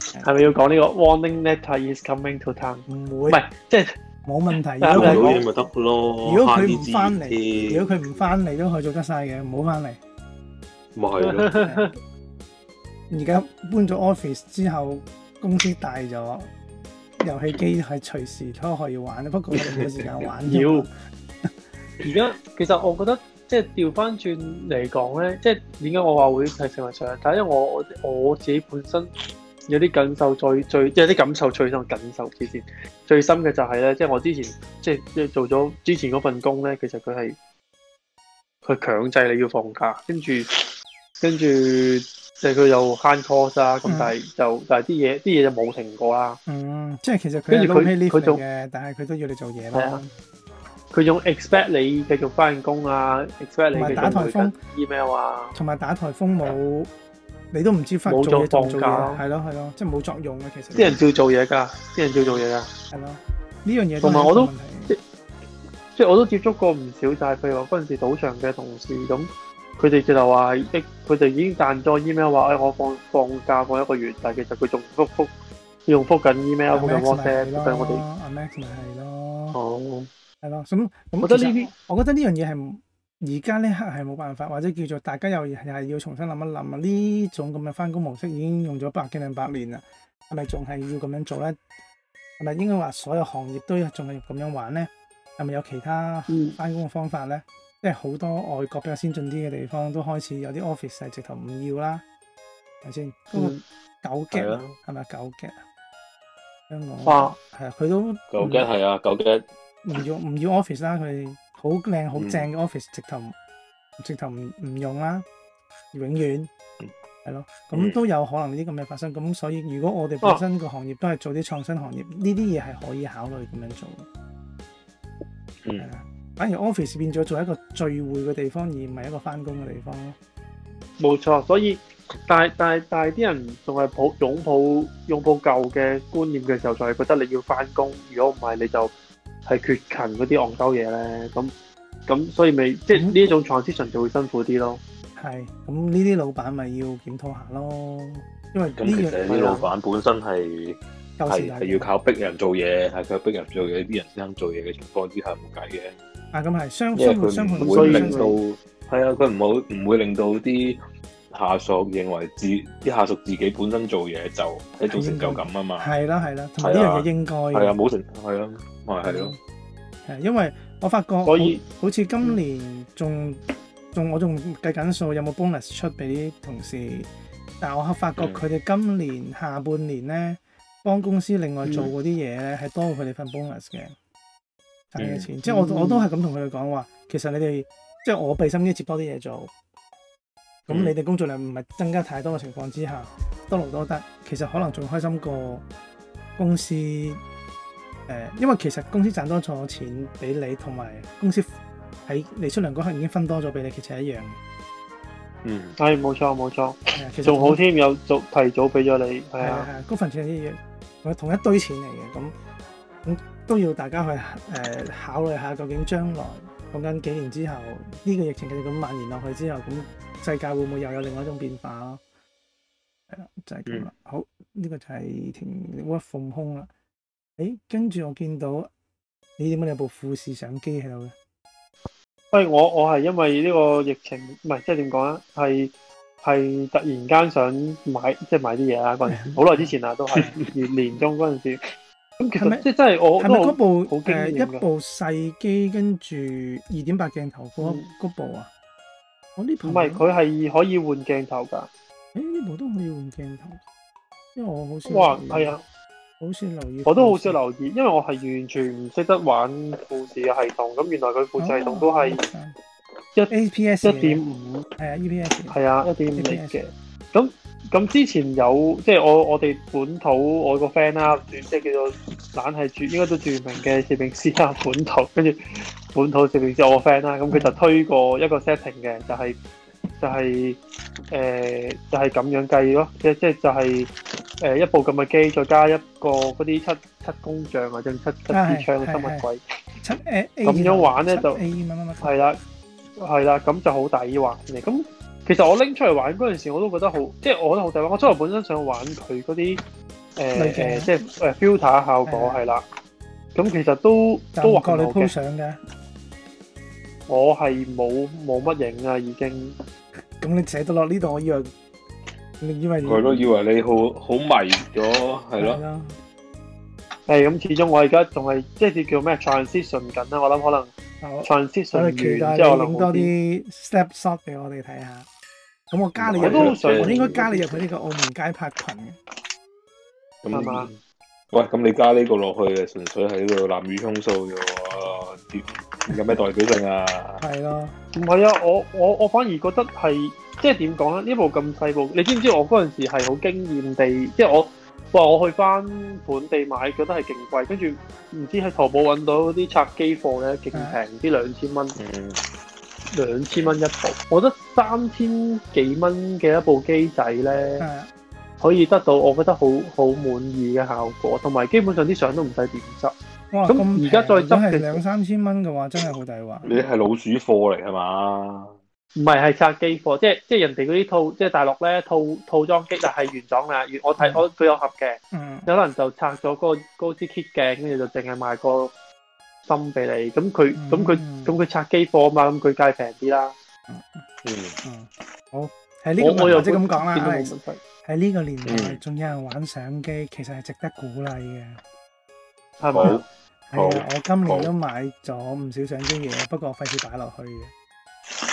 係咪要講呢個 warning letter is coming to town？唔唔會，係，即係冇問題。但係如做果到我佢嘢咪得咯。如果佢唔返慳啲資源如果佢唔翻嚟都可以做得晒嘅，唔好翻 嚟。咪 係咯，而家搬咗 office 之後，公司大咗，遊戲機係隨時都可以玩，不過我哋冇時間玩 啫要嘛。而家其實我覺得即係調翻轉嚟講咧，即係點解我話會係成為上癮？但係因為我我我自己本身有啲感受最最即係有啲感受最深感受之前最深嘅就係、咧，即係我之前即係即係做咗之前嗰份工咧，其實佢係佢強制你要放假，跟住跟住即係佢又慳 cost 啦，咁嗯但係就但係啲嘢啲嘢就冇停過啦。嗯，即係其實佢跟係住佢 low pay leave 佢嚟仲嘅，但係佢都要你做嘢係啦啊。佢仲 expect 你繼續翻工啊，expect 你同埋繼打續颱回風緊 email 啊。同埋打颱風冇，你都唔知翻冇做嘢作做唔做放嘢，假係咯係咯，即係冇作用嘅其實。啲人照做嘢㗎，啲人照做嘢㗎。係咯，呢樣嘢同埋係一個我都問題即係我都接觸過唔少，就係譬如話嗰陣時賭場嘅同事咁，佢哋就話係佢哋已經彈咗 email 話，誒、哎我放放假放一個月，但係其實佢仲復復用復緊 email、阿復緊 Max 咪 WhatsApp，係復緊我哋。咯，阿 Max 咪係咯，哦，係咯，咁咁我覺得其實呢啲我覺得呢樣嘢係而家呢刻係冇辦法，或者叫做大家又係要重新諗一諗啊！呢種咁嘅翻工模式已經用咗百幾兩百年啦，係咪仲係要咁樣做咧？係咪應該話所有行業都仲係咁樣玩咧？係咪有其他嗯翻工嘅方法咧？即係好多外國比較先進啲嘅地方都開始有啲 office 係直頭唔要啦，係咪先？嗰個嗯，九係啊 gap 啦，係咪九 gap 啊？香港哇，係啊，佢都九唔吉係啊，九吉。唔 要唔要 office 啦，佢哋好靚好正嘅 office，直頭唔直頭唔唔用啦，永遠嗯係咯，嗯咁都有可能呢啲咁嘅發生。咁所以如果我哋本身個行業都係做啲創新行業，呢啲嘢係可以考慮咁樣做嘅。嗯係啊，反而 office 變咗做一個聚會嘅地方，而唔係一個翻工嘅地方咯。冇錯。所以，但係但係但係啲人仲係抱擁抱擁抱舊嘅觀念嘅時候，就係覺得你要翻工，如果唔係你就係缺勤嗰啲戇鳩嘢咧。咁咁所以咪即係呢一種 transition 就會辛苦啲咯。係，咁呢啲老闆咪要檢討下咯，因為呢咁其實樣啊啲老闆本身係舊時係代係要靠逼人做嘢，係靠逼人做嘢，啲人先肯做嘢嘅情況之下冇計嘅，啊，咁係相因為相互佢相唔互所會以令相到互係啊，佢唔好唔會令到啲下屬認為自啲下屬自己本身做嘢就係一種成就感啊嘛，係啦係啦，同埋呢樣嘢應該嘅係啊，冇成係啊，咪係咯，係因為我發覺，所以好好似今年仲仲我仲計緊數，有冇 bonus 出俾啲同事？但我發覺嗯佢哋今年下半年咧，幫公司另外嗯做嗰啲嘢咧，係多過佢哋份 bonus 嘅賺嗯嘅錢。即係嗯我我都係咁同佢哋講話，其實你哋即係我俾心機接多啲嘢做，咁嗯你哋工作量唔係增加太多嘅情況之下，多勞多得，其實可能仲開心過公司誒、呃因為其實公司賺多咗錢俾你，同埋公司喺你出糧嗰刻已經分多咗俾你，其實係一樣嘅。嗯，係冇錯冇錯，係啊其實仲好添，有早提早俾咗你，係係啊啊，係啊，嗰份錢係一樣，同同一堆錢嚟嘅，咁咁都要大家去誒、呃考慮下，究竟將來講緊幾年之後，呢、個疫情繼續咁蔓延落去之後，咁世界會唔會又有另外一種變化咯？係啦，就係咁啦。嗯好，呢、個就係停 work from home 啦。誒，跟住我見到你點解你有部富士相機喺度嘅？所以我我係因為呢個疫情，唔係即係點講咧，係係突然間想買即係買啲嘢啦嗰 陣時，啊好耐之前啦都係年年中嗰陣時，咁其係咪實即係真係我係咪嗰都部好驚誒、呃豔一㗎部細機，跟住二點八鏡頭嗰嗯嗰部啊？我呢排唔係佢係可以換鏡頭㗎，誒呢部哎都可以換鏡頭，因為我好少哇留意係啊，好少留意，我都好少留意，因為我係完全唔識得玩富士嘅系統，咁原來佢富士系統都係一哦 A P S 一點五。係啊 E P S 係啊，一點五嚟嘅。咁咁之前有即係我我哋本土我個 friend 啦，轉即係叫做懶係著應該都著名嘅攝影師啦，本土跟住本土攝影師我個 friend 啦，咁佢就推過一個 setting 嘅，就係、就係、誒、就係、咁樣計咯，即即係就係、誒、一部咁嘅機，再加一個嗰啲七七工匠或者七七支槍嘅生物鬼。七 A A 咁樣玩呢就 A 乜乜乜係啦，係啦，咁就好抵玩嘅。咁其實我拎出嚟玩嗰陣時，我都覺得好，即係我覺得好抵玩。我真係本身想玩佢嗰啲濾誒鏡誒，即係誒 filter 效果係啦。咁其實都都就唔玩啊覺你過 p 嘅，相嘅，我係冇冇乜影啊，已經咁你寫得落呢度，我以為你以為佢都以為你好好迷咗，係咯，咯，誒咁。始終我而家仲係即係叫咩 transition 緊啊啦。我諗可能但我 transition 我哋期完待之後，你可能影好多啲啲 step shot 俾我哋睇下。咁我加你啊我都入，想我應該加你入去呢個澳門街拍群嘅。係嘛咁。喂，咁你加呢個落去嘅，純粹喺度濫竽充數嘅喎，屌有咩代表性啊？係咯，唔係啊，我我我反而覺得係即係點講咧？呢部咁細部，你知唔知我嗰陣時係好驚豔地，即係我哇！我去翻本地買，覺得係勁貴，跟住唔知喺淘寶揾到啲拆機貨咧，勁平啲兩千蚊，嗯，兩千蚊一部。我覺得三千幾蚊嘅一部機仔係咧，啊可以得到我覺得好好滿意嘅效果，同埋基本上啲相都唔使點執。哇！咁咁而家再平如果執係嘅兩三千蚊嘅話，真係好抵玩。你係老鼠貨嚟係嘛？唔係係拆機貨，即係即係人哋嗰啲套，即係大陸咧套套裝機，但係原裝啦。原我睇我佢有盒嘅，嗯，有可能就拆咗嗰個嗰支 kit 嘅，跟住就淨係賣個心俾你。咁佢嗯咁佢咁佢拆機貨啊嘛，咁佢梗係平啲啦。嗯，嗯，好喺呢我個我又或者咁講啦見到冇 Alex 問題。喺呢個年代嗯仲有人玩相機，其實係值得鼓勵嘅。係好，咪？係好啊，我今年好都買咗唔少相機嘢，不過費事擺落去嘅。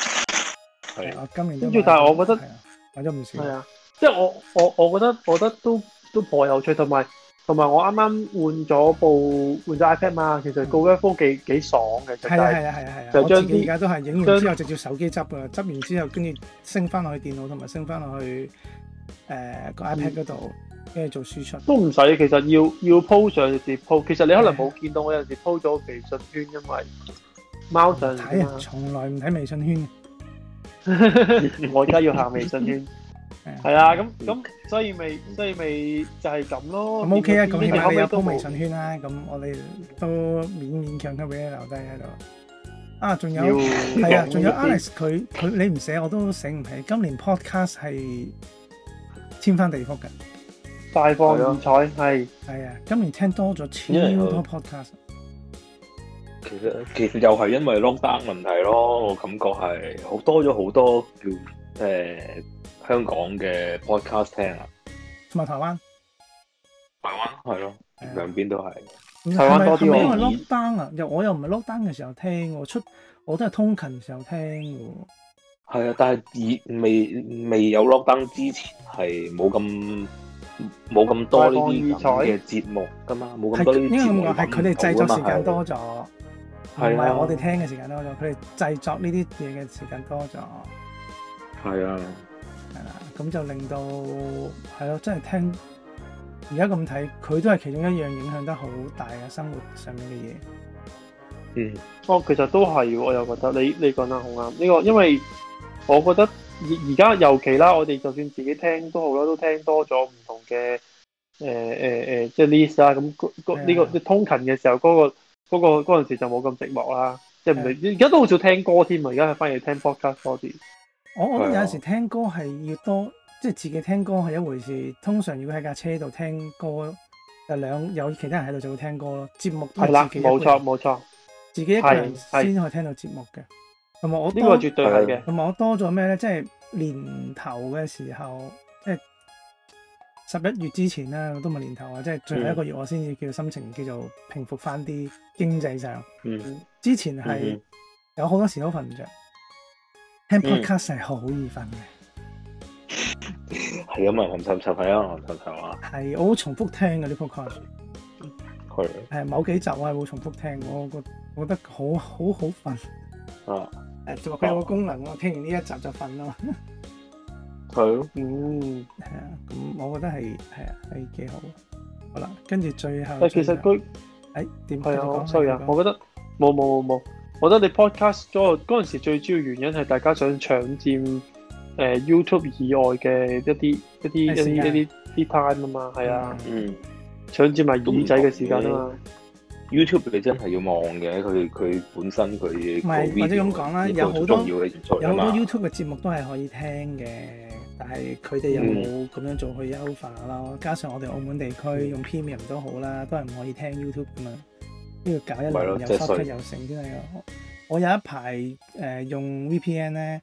係係。我今年都跟住買咗但係我覺得係啊買咗唔少係。啊，即係我我我覺得我覺得都都頗有趣，同埋同埋我啱啱換咗部換咗 iPad 嘛，其實個 Web 幾幾爽嘅，嗯就係啊係係啊係啊係啊！就我將自己啲而家都係影完將之後直接手機執噶啦，執完之後跟住升翻落去電腦同埋升翻落去誒個 iPad 嗰度，嗯跟住做輸出。都唔使，其實要要 po 上直接 po。其實你可啊能冇見到我有陣時 po 咗微信圈，因為貓上睇嚟啊，啊從來唔睇微信圈嘅。 嘛，我而家要行微信圈。係啊係啊，咁咁所以咪所以咪就係咁咯。咁 OK 啊，咁變起碼咗你有後尾都 po 冇微信圈啦，咁我哋都勉勉強強俾你留低喺度。啊，仲有要係啊，仲有講呢啲 Alex 佢佢你唔寫我都醒唔起，今年 podcast 係天翻地覆嘅，大放異彩係係啊，今年聽多咗因為超佢多 podcast，其實其實又係因為 lockdown 問題咯，我感覺係好多咗好多叫誒、呃香港嘅 podcast 聽啊，同埋台灣。台灣係咯，係啊兩邊都係。台台灣多啲係咪喎因為 lock down 啊？又我又唔係 lock down 嘅時候聽喎，出我都係通勤時候聽嘅喎。係啊，但係以未未有 lockdown 之前係冇咁冇咁多呢啲大放咁異嘅節目噶嘛，冇咁多呢係應啲該咁節目啊講，係佢哋製作時間多咗，唔係係啊我哋聽嘅時間多咗，佢哋製作呢啲嘢嘅時間多咗，係係啊，啦，咁就令到係咯，真係聽而家咁睇，佢都係其中一樣影響得好大嘅生活上面嘅嘢。嗯，哦，其實都係喎，我又覺得你你講得好啱呢個，因為我覺得而而家尤其啦，我哋就算自己聽都好啦，都聽多咗唔同嘅誒誒誒，即係 list 啦。咁嗰嗰係啊呢個你通勤嘅時候，嗰、個嗰、個嗰陣時就冇咁寂寞啦。即係唔係而家都好少聽歌添啊，而家係反而聽 podcast 多啲。我我覺得係啊有時聽歌係要多，即係自己聽歌係一回事。通常如果喺架車度聽歌，就兩有其他人喺度就會聽歌咯。節目都係係，啦自己一個人冇錯冇錯，自己一個人係係先可以聽到節目嘅。同埋我呢、個多絕對係嘅係。同埋我多咗咩咧？即係年頭嘅時候，即係十一月之前啦，都唔係年頭啊，即係最後一個月我先至叫心情叫做平復翻啲經濟上。嗯，之前係嗯有好多時都瞓唔着，聽嗯 podcast 係好易瞓嘅。係咁啊，含沉沉係啊，含沉沉啊，係我好重複聽嘅啲 podcast，係係某幾集我係會重複聽，我覺覺得好好好瞓。啊，誒，就話佢有個功能喎，聽完呢一集就瞓啦嘛。係咯，嗯。係啊，咁我覺得係係啊係幾好。好啦，跟住最後，但其實佢誒點繼係續啊，我講 sorry 啊，我覺得冇冇冇冇，我覺得你 podcast 咗嗰陣時最主要原因係大家想搶佔誒、呃 YouTube 以外嘅一啲一係啲一時間啲一啲啲 time 啊嘛，係啊，嗯嗯。搶佔埋耳仔嘅時間啊嘛， YouTube 你真係要望嘅，佢佢本身佢唔係或者咁講啦有好多重要你做有啊好嘛多，YouTube 嘅節目都係可以聽嘅，但係佢哋有冇咁樣做去優化咯？加上我哋澳門地區用 Premium 都好啦，都係唔可以聽 YouTube 噶嘛，都要搞一咪咯輪又即係 s 衰 h 又成先係啊。我我有一排誒、呃用 VPN 咧，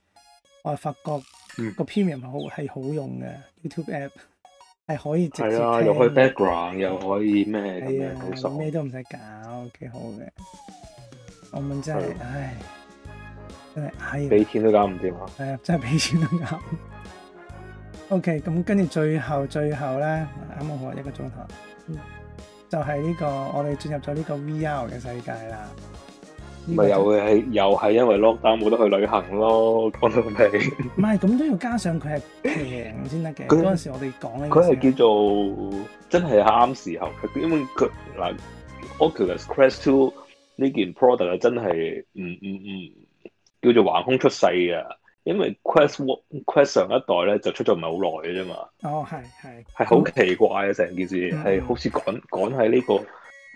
我係發覺嗯個 Premium 好係好用嘅 YouTube app 係可以直接係聽啊，又可以嘅 background，又可以咩咁係樣，好啊，爽。咩都唔使搞，幾好嘅。澳門真係係，唉，真係唉。俾錢都搞唔掂啊！係啊，真係俾錢都啱。OK，咁跟住最後最後咧，啱啱好啊一個鐘頭，就係呢、個我哋進入咗呢個 VR 嘅世界啦。呢個咪就又係又係因為 lockdown 冇得去旅行咯，講到尾，唔係咁都要加上佢係平先得嘅。佢嗰陣時我哋講呢個佢時候係叫做真係啱時候，因為佢嗱 Oculus Quest Two 呢件 product 係真係唔唔唔叫做橫空出世嘅，因為 Quest One- Quest 上一代咧就出咗唔係好耐嘅啫嘛，哦係係係好奇怪嘅成件事，嗯係好似趕趕喺呢個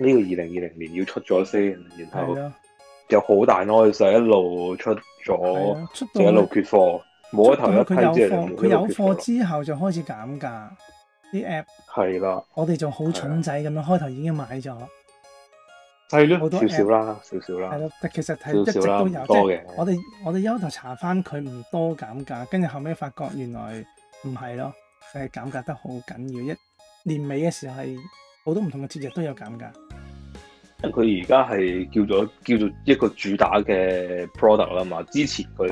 呢個二零二零年要出咗先，然係後咯有好大 noise 一路出係咗。咯，出就一到路缺貨，冇一頭一啊出到佢批有之貨，後，佢有貨之後就開始減價啲 app，係啊啦，我哋仲好重仔咁樣，開頭已經買咗係咯，好多少 app 少。啦，少少係啦，咯，但其實係一少直少都啦，有，唔即多係嘅，我哋我哋優頭查翻佢唔多減價，跟住後尾發覺原來唔係咯，佢係減價得好緊要。一年尾嘅時候係好多唔同嘅節日都有減價，因為佢而家係叫做叫做一個主打嘅 product 啦嘛，之前佢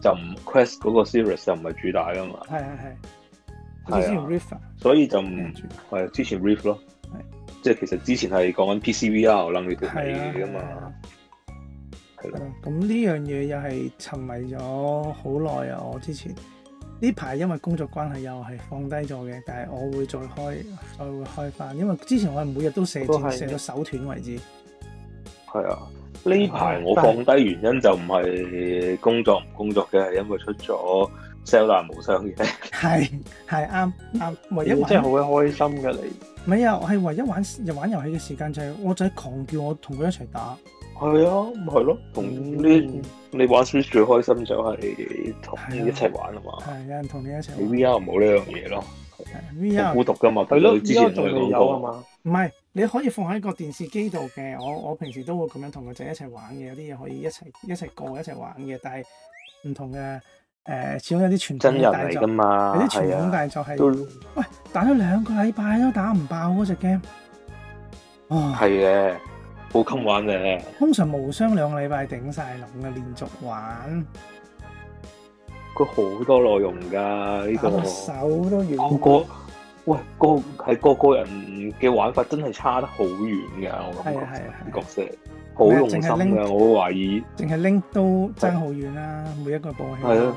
就唔 Quest 嗰個 series 就唔係主打噶嘛，係係係。係好啊嗯似之前 Rifa 所以就唔係主係之前 Reef 咯，即係其實之前係講緊 PCVR 楞住條係啊尾係噶啊嘛，係係啦，咯。咁呢樣嘢又係沉迷咗好耐啊！我之前呢排因為工作關係又係放低咗嘅，但係我會再開再會開翻，因為之前我係每日都射都箭係射到手斷為止。係啊。呢排我放低原因就唔係工作唔工作嘅，係因為出咗 Zelda 無雙嘅。係係啱啱，唯一真玩係好鬼開心嘅你。唔係啊，我係唯一玩又玩遊戲嘅時間就係我仔狂叫我同佢一齊哦打，係啊，咪係咯，同呢你玩 Switch 最開心就係同係啊一齊玩啊嘛。係有人同你一齊你玩 VR 冇呢樣嘢咯，係好 VR，孤獨噶嘛。係咯，佢依之家前仲同你未講有啊過，嘛？唔係你可以放喺個電視機度嘅。我我平時都會咁樣同個仔一齊玩嘅，有啲嘢可以一齊一齊過一齊玩嘅，但係唔同嘅誒、呃始終有啲傳統真人嘅大嚟作噶，嘛，有啲傳係統啊，大作係都打咗兩個禮拜都打唔爆嗰只 game。哇！係嘅，好襟玩嘅。通常無雙兩個禮拜頂晒籠嘅，連續玩佢好多內容㗎，呢打到個手都軟。個個喂個係個個人嘅玩法真係差得好遠㗎，我感係啊覺係啊係啊角色好用心淨係拎㗎，我懷疑。淨係拎都爭好遠啦，每一個部戲。係啊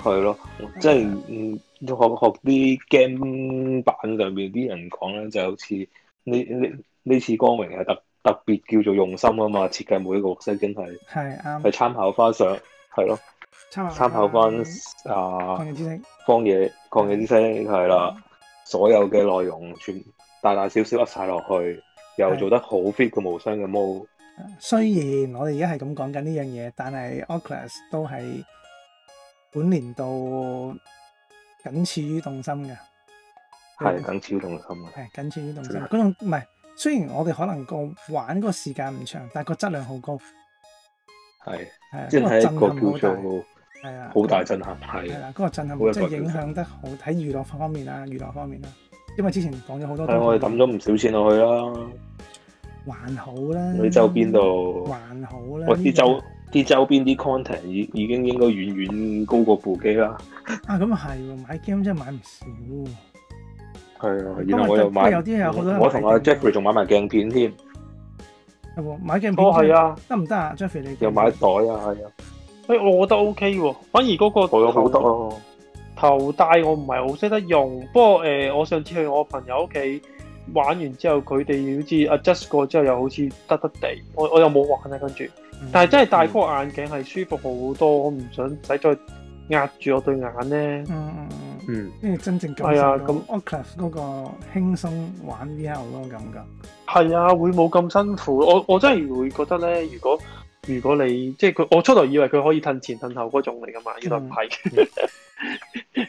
係咯，即係嗯，學學啲 game 版上邊啲人講咧，就好似呢呢呢次光榮係特特別叫做用心啊嘛，設計每一個角色真係係啱係參考翻上係咯，參參考翻嗯抗啊日之星荒野曠野之星係啦，，所有嘅內容全大大小小噏晒落去，又係做得好 fit 嘅無雙嘅 mode，雖然我哋而家係咁講緊呢樣嘢，但係 Oculus 都係本年度僅次於動心嘅，係更超用心啊嘅，係僅次於動心。真係嗰種唔係，雖然我哋可能個玩個時間唔長，但係個質量好高，係係啊真係嗰一個震撼好個大，叫做係啊，好大震撼，係係。啦，嗰個震撼好有即係代表影響得好喺娛樂方面啦，娛樂方面啦，因為之前講咗好多都係我哋抌咗唔少錢落去啦，還好啦，喺周邊度，嗯還好啦。我啲呢個周啲周邊啲 content 已已經應該遠遠高過部機啦。啊，咁啊係喎，買 game 真係買唔少喎。係啊咁，咪然後我又買，都有啲有好多人我同阿買定 Jeffrey 仲買埋鏡片添，有冇買 game 哦，係啊，得唔得啊，Jeffrey 你又買袋嗯啊，係啊，誒，我覺得 OK 喎。反而嗰個我有好多頭咯，頭戴我唔係好識得用，不過誒，我上次去我朋友屋企玩完之後，佢哋好似 adjust 過之後，又好似得得地。我我又冇玩啊，跟住，但係真係戴嗰個眼鏡係舒服好多，我唔想使再壓住我對眼咧。嗯嗯嗯，嗯，跟住真正感係啊受到 Oculus 嗰個輕鬆玩 VR 嗰個感覺，係啊，會冇咁辛苦。我我真係會覺得咧，如果如果你即係佢，我出頭以為佢可以褪前褪後嗰種嚟噶嘛，原來唔係。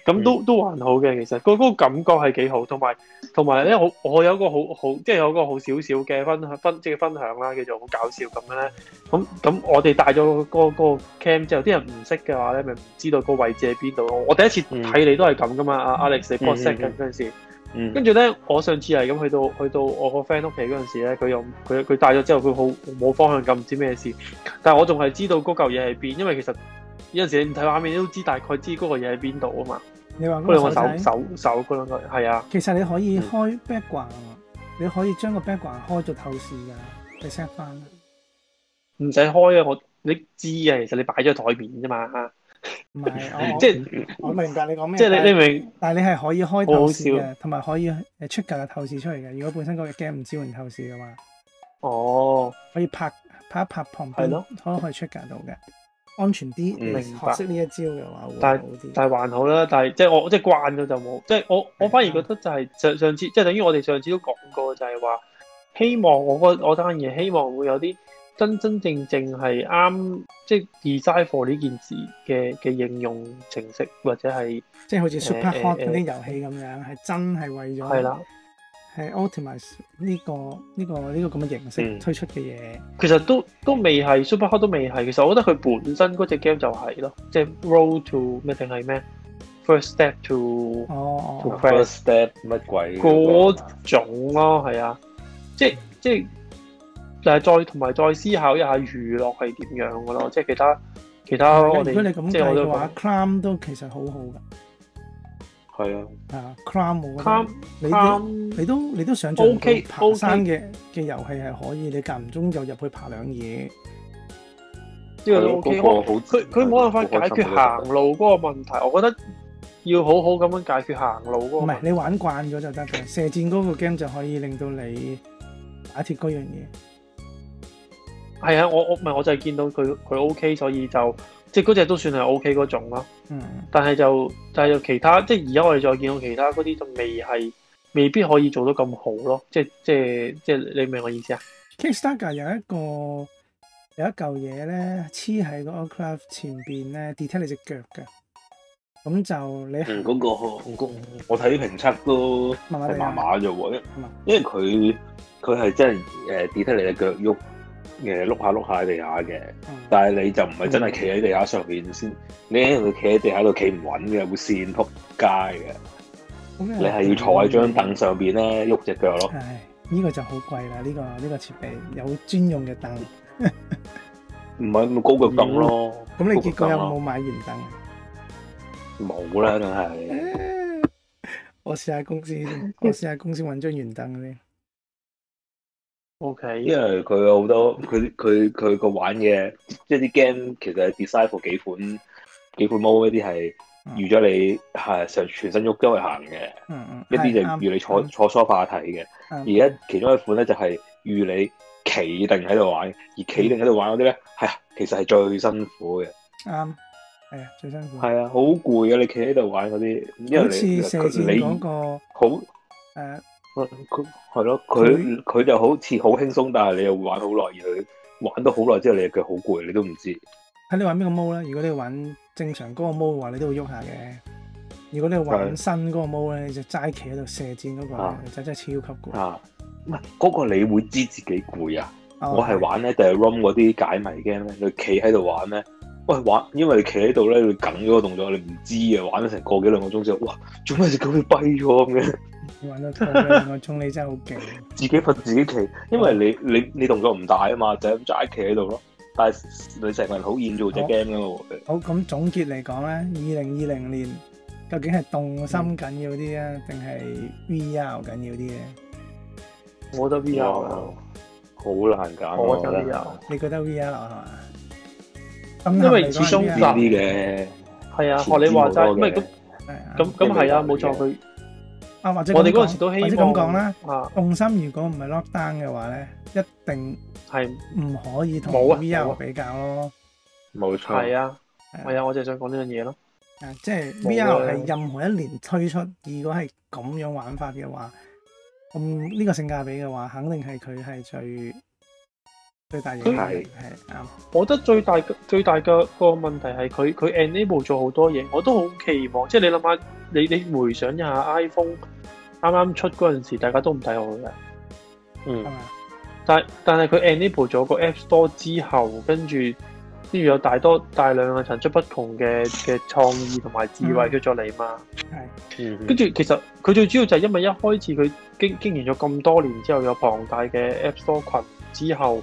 咁都都還好嘅，其實嗰嗰個感覺係幾好，同埋同埋咧，我我有一個好好即係有一個好少少嘅分享分即係分享啦，叫做好搞笑咁樣咧。咁咁我哋帶咗個個 cam 之後，啲人唔識嘅話咧，咪唔知道個位置喺邊度咯。我第一次睇你都係咁噶嘛，阿 Alex 你 post 緊嗰陣時。嗯跟住咧，我上次係咁去到去到我個 friend 屋企嗰陣時咧，佢又佢佢帶咗之後，佢好冇方向感，唔知咩事。但係我仲係知道嗰嚿嘢喺邊，因為其實有陣時你唔睇畫面都知大概知嗰個嘢喺邊度啊嘛。你話嗰嗰兩個個手手掣，手手嗰兩個係啊，其實你可以開 background，你可以將個 background 開做透視㗎，你 set 翻。唔使開啊，我你知啊，其實你擺咗喺台面啫嘛。啊哦唔係，我即係我我明白你講咩。即係你你明但係你係可以開透視好嘅，同埋可以誒出嚿嘅透視出嚟嘅。如果本身嗰個 game 唔支援透視嘅話，哦，可以拍拍一拍旁係邊咯，可可以出嚿到嘅，安全啲。嗯你明白學識呢一招嘅話會但好啲。但係還好啦，但係即係我即係慣咗就冇，即係我我反而覺得就係上上次即係等於我哋上次都講過，就係話希望我嗰我單嘢希望會有啲真真正正係啱即係 design for 呢件事嘅嘅應用程式或者係即係好似 Super 誒 Hot 嗰啲遊戲咁樣，係真係為咗係啦，係 optimize 呢個呢個呢個咁嘅形式嗯推出嘅嘢。其實都都未係 Super Hot 都未係，其實我覺得佢本身嗰只 game 就係咯，即係 Road to 咩定係咩 First Step to 哦哦，哦 First step 乜鬼啊嗰種咯，係啊，即係即係，但係再同埋再思考一下娛樂係點樣嘅咯，即係其他其他我如果你哋咁即係計我都嘅話，Cram 都其實好好㗎。係啊，啊，Cram 我覺得 Cram- 你都啱你都你都想象唔到 OK，爬山嘅嘅遊戲係可以，你間唔中就入去爬兩嘢。呢個都 OK，嗰個我好佢佢冇辦法解決行路嗰個問題，我覺得要好好咁樣解決行路嗰唔個係問題。你玩慣咗就得嘅，射箭嗰個 game 就可以令到你打鐵嗰樣嘢。係啊，我我唔係我就係見到佢佢 OK，所以就即係嗰只都算係 OK 嗰種咯。嗯，但係就但係就其他，即係而家我哋再見到其他嗰啲就未係，未必可以做到咁好咯。即係即係即係你明我意思啊？ Kickstarter 有一個有一嚿嘢咧，黐喺個 Outcraft 前邊咧，detect 你只腳嘅。咁就你嗯，嗰、個嗰我睇啲評測都麻麻係地麻啊麻啫喎，因麻因為佢佢係真係誒 detect 你隻腳喐，誒碌下碌下喺地下嘅，嗯但係你就唔係真係企喺地下上邊先，你喺度企喺地下度企唔穩嘅，會跣撲街嘅，咁你係要坐喺張凳上邊咧喐只腳咯，唉，呢、個就好貴啦！呢、個呢、個設備有專用嘅凳，唔係咪高腳凳咯，嗯咁你高腳結果凳有咯冇買圓凳啊？ 冇啦，梗係。我試下公司先，我試下公司揾張圓凳先。 O K，因為佢有好多佢佢佢個玩嘅，即係啲 game 其實係 design for 幾款幾款 mode，一啲係嗯預咗你係成全身喐周圍行嘅，嗯嗯，一啲就係啱預你坐啱坐 sofa 睇啱嘅。而家其中一款咧就係預你企定喺度玩，而企定喺度玩嗰啲咧係啊其實係最辛苦嘅，啱，係啊，最辛苦。係啊，好攰啊！你企喺度玩嗰啲，因為好你似射箭你嗰個好誒，佢係咯，佢佢就好似好輕鬆，但係你又會玩好耐，而佢玩到好耐之後，你嘅腳好攰，你都唔知。睇你玩邊個毛啦。如果你玩正常嗰個毛嘅話，你都會喐下嘅。如果你玩係新嗰個毛咧，你就齋企喺度射箭嗰個啊咧，就真係超級攰。啊，唔係嗰個你會知自己攰啊！哦我係玩咧定係 run 嗰啲解謎 game 咧，你企喺度玩咧，喂玩，因為你企喺度咧，你梗咗個動作，你唔知啊，玩咗成個幾兩個鐘之後，哇，做咩只狗要跛咗咁嘅？你玩到個兩個鐘，你真係好勁。 自己罰自己企，因為你你你動作唔大啊嘛，就咁齋企喺度咯。但係你成個人好厭做只好 game 噶嘛，好，咁總結嚟講咧，二零二零年究竟係動心緊要啲啊，定係 VR 緊要啲咧？我覺得啊 V R 哇啦，好難揀啊。哦我覺覺得得 VR 你覺得 VR 啊係嘛？因為始終邊係啲嘅？係啊，學你話齋，唔係咁啊咁咁係啊，冇錯佢，啊，或者我哋咁講嗰陣時都希或望者咁講啦，啊，動心如果唔係 lockdown 嘅話咧，一定係唔可以同冇啊 VR 冇啊比較咯。冇係錯，啊，係啊，我就係想講呢樣嘢咯，啊，即係冇啊 VR 係任何一年推出，如果係咁樣玩法嘅話，咁呢個性價比嘅話，肯定係佢係最最大影響，係係啱。我覺得最大嘅最大嘅個問題係佢佢 enable 咗好多嘢，我都好期望。即係你諗下，你你回想一下 iPhone 啱啱出嗰陣時，大家都唔睇好嘅。係嗯，嘛？但但係佢 enable 咗個 App Store 之後，跟住跟住有大多大量嘅層出不窮嘅嘅創意同埋智慧嗯出咗嚟嘛。嗯跟住其實佢最主要就係因為一開始佢經經營咗咁多年之後，有龐大嘅 App Store 群之後，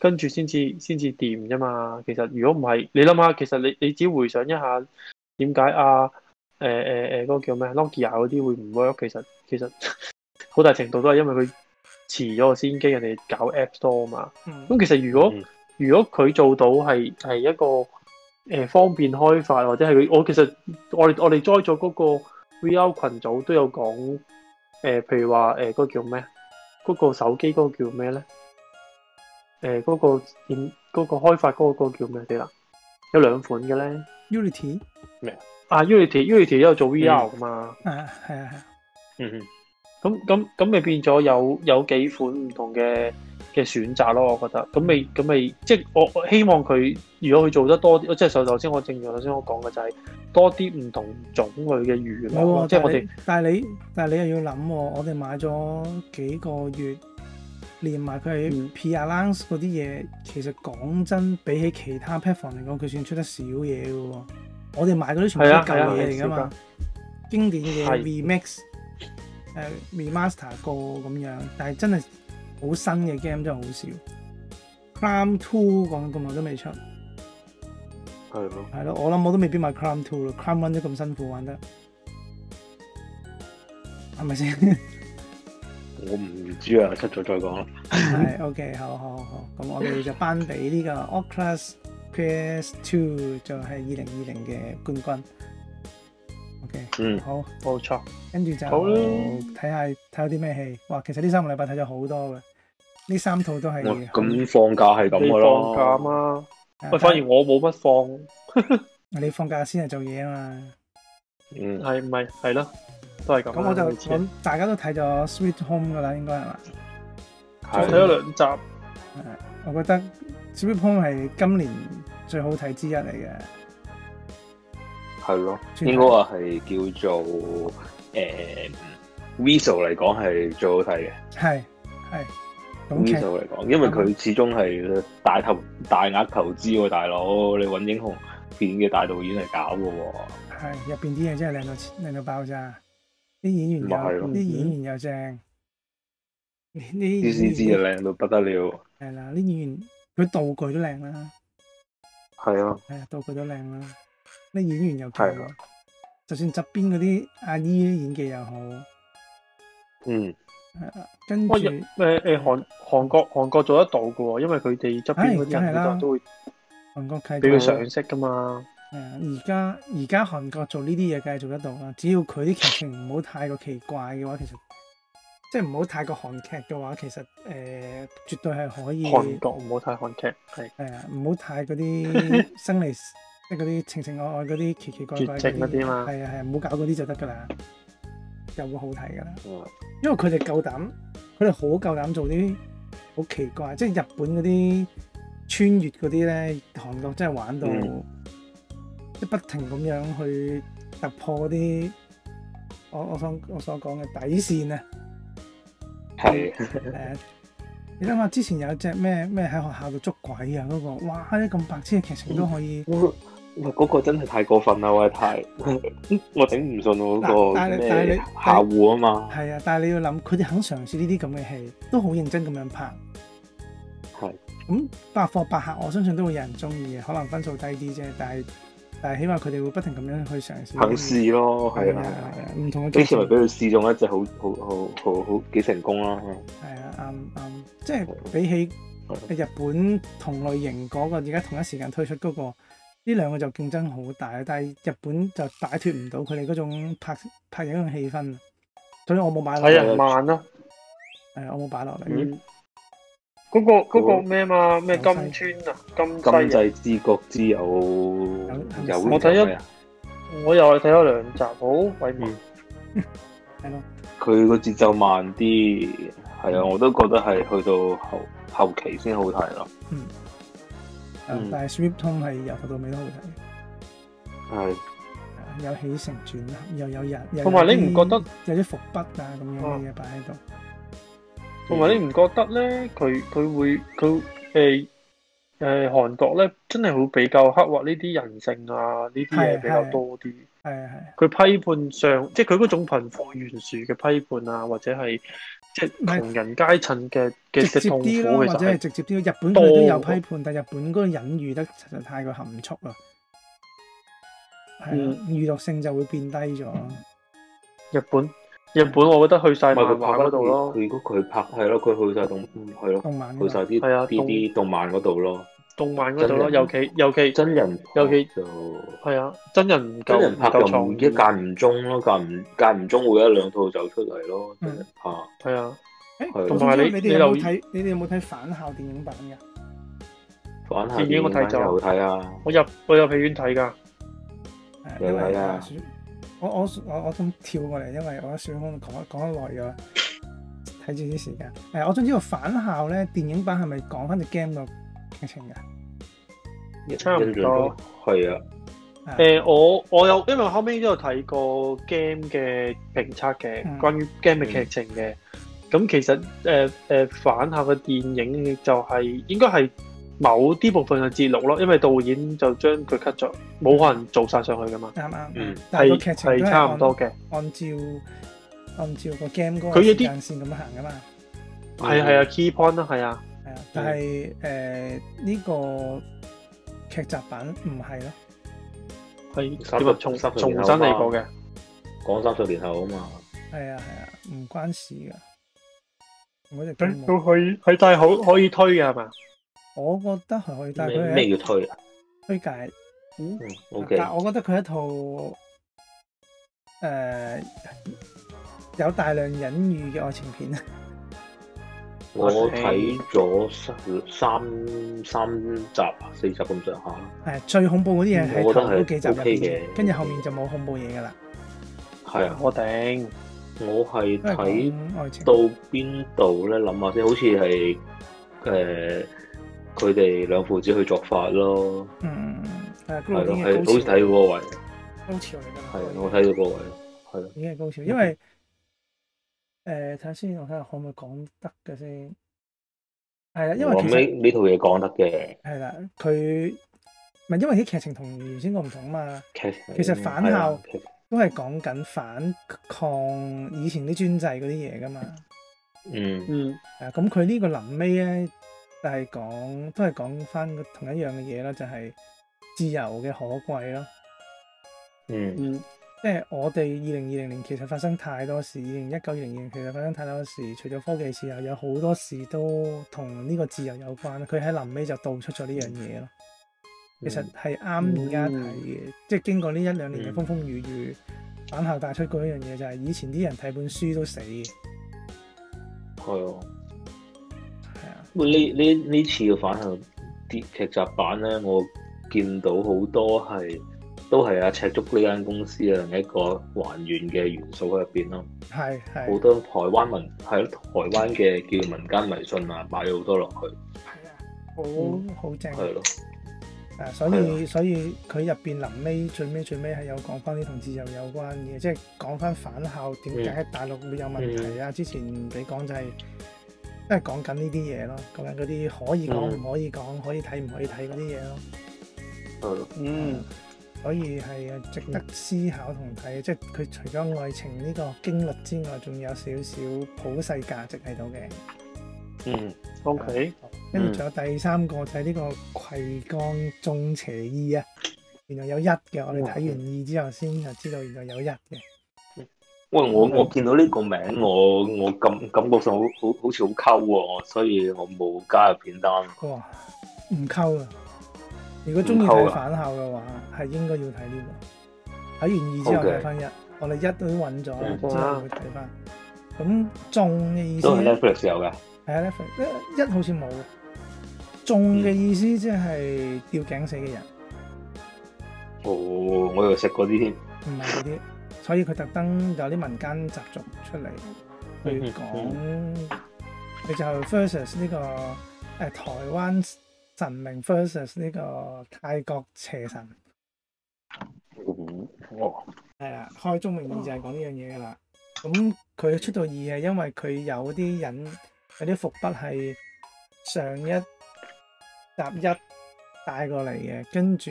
跟住先至先至掂啫嘛。其實如果唔係，你諗下，其實你你只回想一下點解啊誒誒誒嗰個叫咩 Nokia 嗰啲會唔 work？其實其實 好大程度都係因為佢遲咗個先機，人哋搞 App Store 嘛。嗯咁其實如果、嗯如果佢做到係係一個誒、呃方便開發，或者係佢我其實我哋我哋 join 咗嗰個 VR 群組都有講誒、呃譬如話誒嗰個叫咩？嗰、個手機嗰個叫咩咧？誒、嗰、個點嗰、個開發嗰、個嗰個叫咩啲啦？有兩款嘅咧， Unity 啊 Unity Unity 都有做 VR 噶嘛。啊，係啊係啊，嗯嗯咁咁咁咪變咗有有幾款唔同嘅嘅選擇咯，我覺得咁咪咁咪即係我我希望佢如果佢做得多啲，即係首頭先我正如頭先我講嘅就係多啲唔同種類嘅娛樂冇咯，喎即係我哋但係你但係你又要諗喎，我哋買咗幾個月，連埋佢嗯 p r l a n c e 嗰啲嘢，其實講真，比起其他 platform 嚟講，佢算出得少嘢嘅喎。我哋買嗰啲全部係都啊舊係啊嘢嚟㗎係少嘛㗎，經典嘅係 remix、誒 remaster 過咁樣，但係真係好新嘅 game 真係好少。Crime Two 講咁耐都未出，係咯，係咯，我諗我都未必買 Crime Two 咯，Crime One 都咁辛苦玩得，係咪先？嗯我唔知啊，出咗再講啦。係 OK，好好好，咁我哋就頒俾呢個 Oculus Quest Two 就係二零二零嘅冠軍。OK，嗯，好，冇錯，跟住就好啦睇下睇下啲咩戲。哇，其實呢三個禮拜睇咗好多嘅，呢三套都係啊我好咁放假係咁你噶放假啦，嘛？啊喂，反而我冇乜放，你放假先係做嘢啊嘛。嗯，係唔係係啦，都係咁啦。啊咁我就類似睇咁大家都睇咗 Sweet Home 噶啦，應該係嘛？係咗兩集，我覺得 Sweet Home 係今年最好睇之一嚟嘅。係咯，全應該話係叫做誒 visual 嚟講係最好睇嘅係係咁劇，visual 嚟講，因為佢始終係大投大額投資喎，大佬你揾英雄片嘅大導演嚟搞嘅喎，係入邊啲嘢真係靚到靚到爆炸，啲演員又咪係咯啲演員又正，呢啲啲啊 C 演 G 就員靚到不得了，係啦，啲演員佢道具都靚啦，係啊，係啊，道具都靚啦，啲演員又係啊勁，就算側邊嗰啲阿姨演技又好，嗯，係啦，跟住喂誒誒韓韓國韓國做得到嘅喎，因為佢哋側邊唉嗰啲梗係人啦都會韓國契俾佢弟，上色噶嘛。係啊而家而家韓國做呢啲嘢梗係做得到啦，只要佢啲劇情唔好太過奇怪嘅話，其實即係唔好太過韓劇嘅話，其實誒、呃、絕對係可以。韓國唔好睇韓劇係。係啊，唔好太嗰 啲生離即係嗰啲情情愛愛嗰啲奇奇怪怪絕情嗰啲嘛係啊係啊，唔好搞嗰啲就得噶啦，就會好睇噶啦。嗯因為佢哋夠膽，佢哋好夠膽做啲好奇怪，即係日本嗰啲穿越嗰啲咧，韓國真係玩到、嗯即係不停咁樣去突破嗰啲我我想我所講嘅底線啊！係。誒，你諗下之前有隻咩咩喺學校度捉鬼啊嗰、個，哇！啲咁白痴嘅劇情都可以，喂，喂嗰個真係太過分啦！喂，太 我頂唔順我嗰但個但但係你咩下戶啊嘛，係啊！但係你要諗，佢哋肯嘗試呢啲咁嘅戲，都好認真咁樣拍。係咁百貨百客，我相信都會有人中意嘅，可能分數低啲啫，但係但係起碼佢哋會不停咁樣去嘗試。肯試咯，嗯係係啊啊，係係啊。啊，唔同嘅呢劇次情咪俾佢試中一隻好好好好好幾成功啦，係啊，啱啱，即係比起日本同類型嗰、個，而家同一時間推出嗰、個，呢兩個就競爭好大，但係日本就擺脱唔到佢哋嗰種拍拍影嘅氣氛，所以我冇買落係嚟，啊啊，慢啦、係啊我冇擺落嚟。嗯，嗰、個嗰、個咩嘛咩金有川啊，金今西啊，際之國之有有有有我睇咗有咩啊我又係睇咗兩集，好鬼慢。嗯誒、係咯，佢個節奏慢啲，係啊，嗯我都覺得係去到後後期先好睇咯。啊嗯但係 Sweep 通係由頭到尾都好睇，係啊有起承轉合，又有人，又有同埋你唔啲覺得有啲伏筆啊咁樣嘅嘢擺喺度，同埋你嗯唔覺得咧，佢佢會佢誒誒韓國咧，真係會比較刻畫呢啲人性啊，呢啲嘢比較多啲。係啊係啊，佢批判上，即係佢嗰種貧富懸殊嘅批判啊，或者係即係唔係窮人階層嘅嘅直嘅接痛苦，其啲咯，或實者係係直接啲咯。日本佢哋都有多批判，但日本嗰個隱喻得實在太過含蓄啦，係啊，娛樂性就會變低咗。日本日本，我覺得去晒咪漫佢畫拍嗰度咯，佢如果佢拍係咯，佢去晒動嗯係咯，動漫去晒啲係啊啲啲動漫嗰度咯。動漫嗰度咯，真人尤其尤其真人拍尤其就係啊，真人唔夠真人拍唔夠就唔創一意，間唔中咯，間唔間唔中會有一兩套走出嚟咯，真人拍。係啊，誒，係咁同埋你你哋有冇你留睇？你哋有冇睇返校電影版㗎？反下電影我睇咗又睇啊，我入我入戲院睇㗎，係有因為睇啊啊小我我我我咁跳過嚟，因為我喺小空講講得耐咗啦，睇住啲時間。誒，我想知道返校咧電影版係咪講翻只 game 個劇情㗎？差唔多印象中係啊，啊誒、我我有，因為後尾都有睇過 game 嘅評測嘅，嗯關於 game 嘅劇情嘅。咁、其實誒誒、反校嘅電影就係、應該係某啲部分嘅節錄咯，因為導演就將佢 cut 咗，冇可能做晒上去噶嘛。啱啱，嗯但係個係劇情都係係差唔按多嘅，按照按照個 game 嗰個佢有時啲間線咁樣行噶嘛，係嗯係啊，key point 啦，係啊，係啊，但係誒呢個劇集版唔係咯，係三十點啊？重三十重年新後嚟嘛過嘅，講三十年後啊嘛，係啊係啊，唔關事噶。我只誒 game 都可以係，但係好可以推嘅係嘛？我覺得係可以，但係咩佢係咩叫推啊？推介，嗯，OK，但係我覺得佢係一套誒、有大量隱喻嘅愛情片啊，我睇咗三三三集啊四集咁上下啦，係最恐怖嗰啲嘢喺嗯我覺頭得係嗰幾集入 OK 邊嘅，跟住後面就冇恐怖嘢噶啦，係啊，我頂，我係都係睇講愛情到。邊度咧？諗下先，好似係誒佢哋兩父子去作法咯，嗯，係係高咯，點係嘅好似睇高潮，到嗰個位，高潮嚟㗎啦。係啊我睇到嗰個位，係咯，已經係高潮，因為呃誒睇下先，我睇下可唔可以講得嘅先。係啦，因為我其諗實呢呢套嘢講得嘅係啦，佢唔係因為啲劇情同原先個唔同啊嘛，劇其實反係啊校劇都係講緊反抗以前啲專制嗰啲嘢噶嘛。嗯嗯，啊，咁佢呢個臨尾咧，就係講都係講翻同一樣嘅嘢啦，就係自由嘅可貴咯。嗯嗯，即係我哋二零二零年其實發生太多事，二零一九、二零二零其實發生太多事，除咗科技事又有好多事都同呢個自由有關。佢喺臨尾就道出咗呢樣嘢咯。嗯其實係啱而家睇嘅，即係經過呢一兩年嘅嗯風風雨雨，反校帶出嗰一樣嘢就係以前啲人睇本書都死嘅，係啊。係啊，喂呢呢呢次嘅反向啲劇集版咧，我見到好多係都係阿赤足呢間公司嘅另一個還原嘅元素喺入邊咯。係好係多台灣民係咯，台灣嘅叫民間迷信啊，擺咗好多落去，係啊，好嗯好正係咯，啊！所以所以佢入邊臨尾最尾最尾係有講翻啲同自由有關嘅，即係講翻返校點解喺大陸會有問題啊？之前你講就係都係講緊呢啲嘢咯，講緊嗰啲可以講嗯唔可以講，可以睇唔可以睇嗰啲嘢咯。啊係咯，嗯，所以係呃值得思考同睇，即係佢除咗愛情呢個經歷之外，仲有少少普世價值喺度嘅。嗯， ，OK，跟住仲有第三個就係呢個葵江中邪醫啊，原來有一嘅，我哋睇完二之後先就知道原來有一嘅，喂，嗯我我見到呢個名，我我感感覺上好好好似好溝喎，所以我冇加入片單。哇，唔溝啊！如果中意唔溝睇啊反校嘅話，係應該要睇呢、個。睇完二之後 OK 睇翻一，我哋一都揾咗啦，嗯之後會睇翻。咁中嘅意思都係咧， Netflix 有嘅，係啊，Netflix 一好似冇。中嘅意思即係吊頸死嘅人，哦，我又食嗰啲添，唔係嗰啲所以佢特登有啲民間習俗出嚟去嗯講，佢就 versus 呢、個呃台灣神明 versus 呢個泰國邪神，嗯哦，係啦，開宗明義哦就係講呢樣嘢噶啦。咁佢出到二係因為佢有啲人有啲伏筆係上一集一帶過嚟嘅，跟住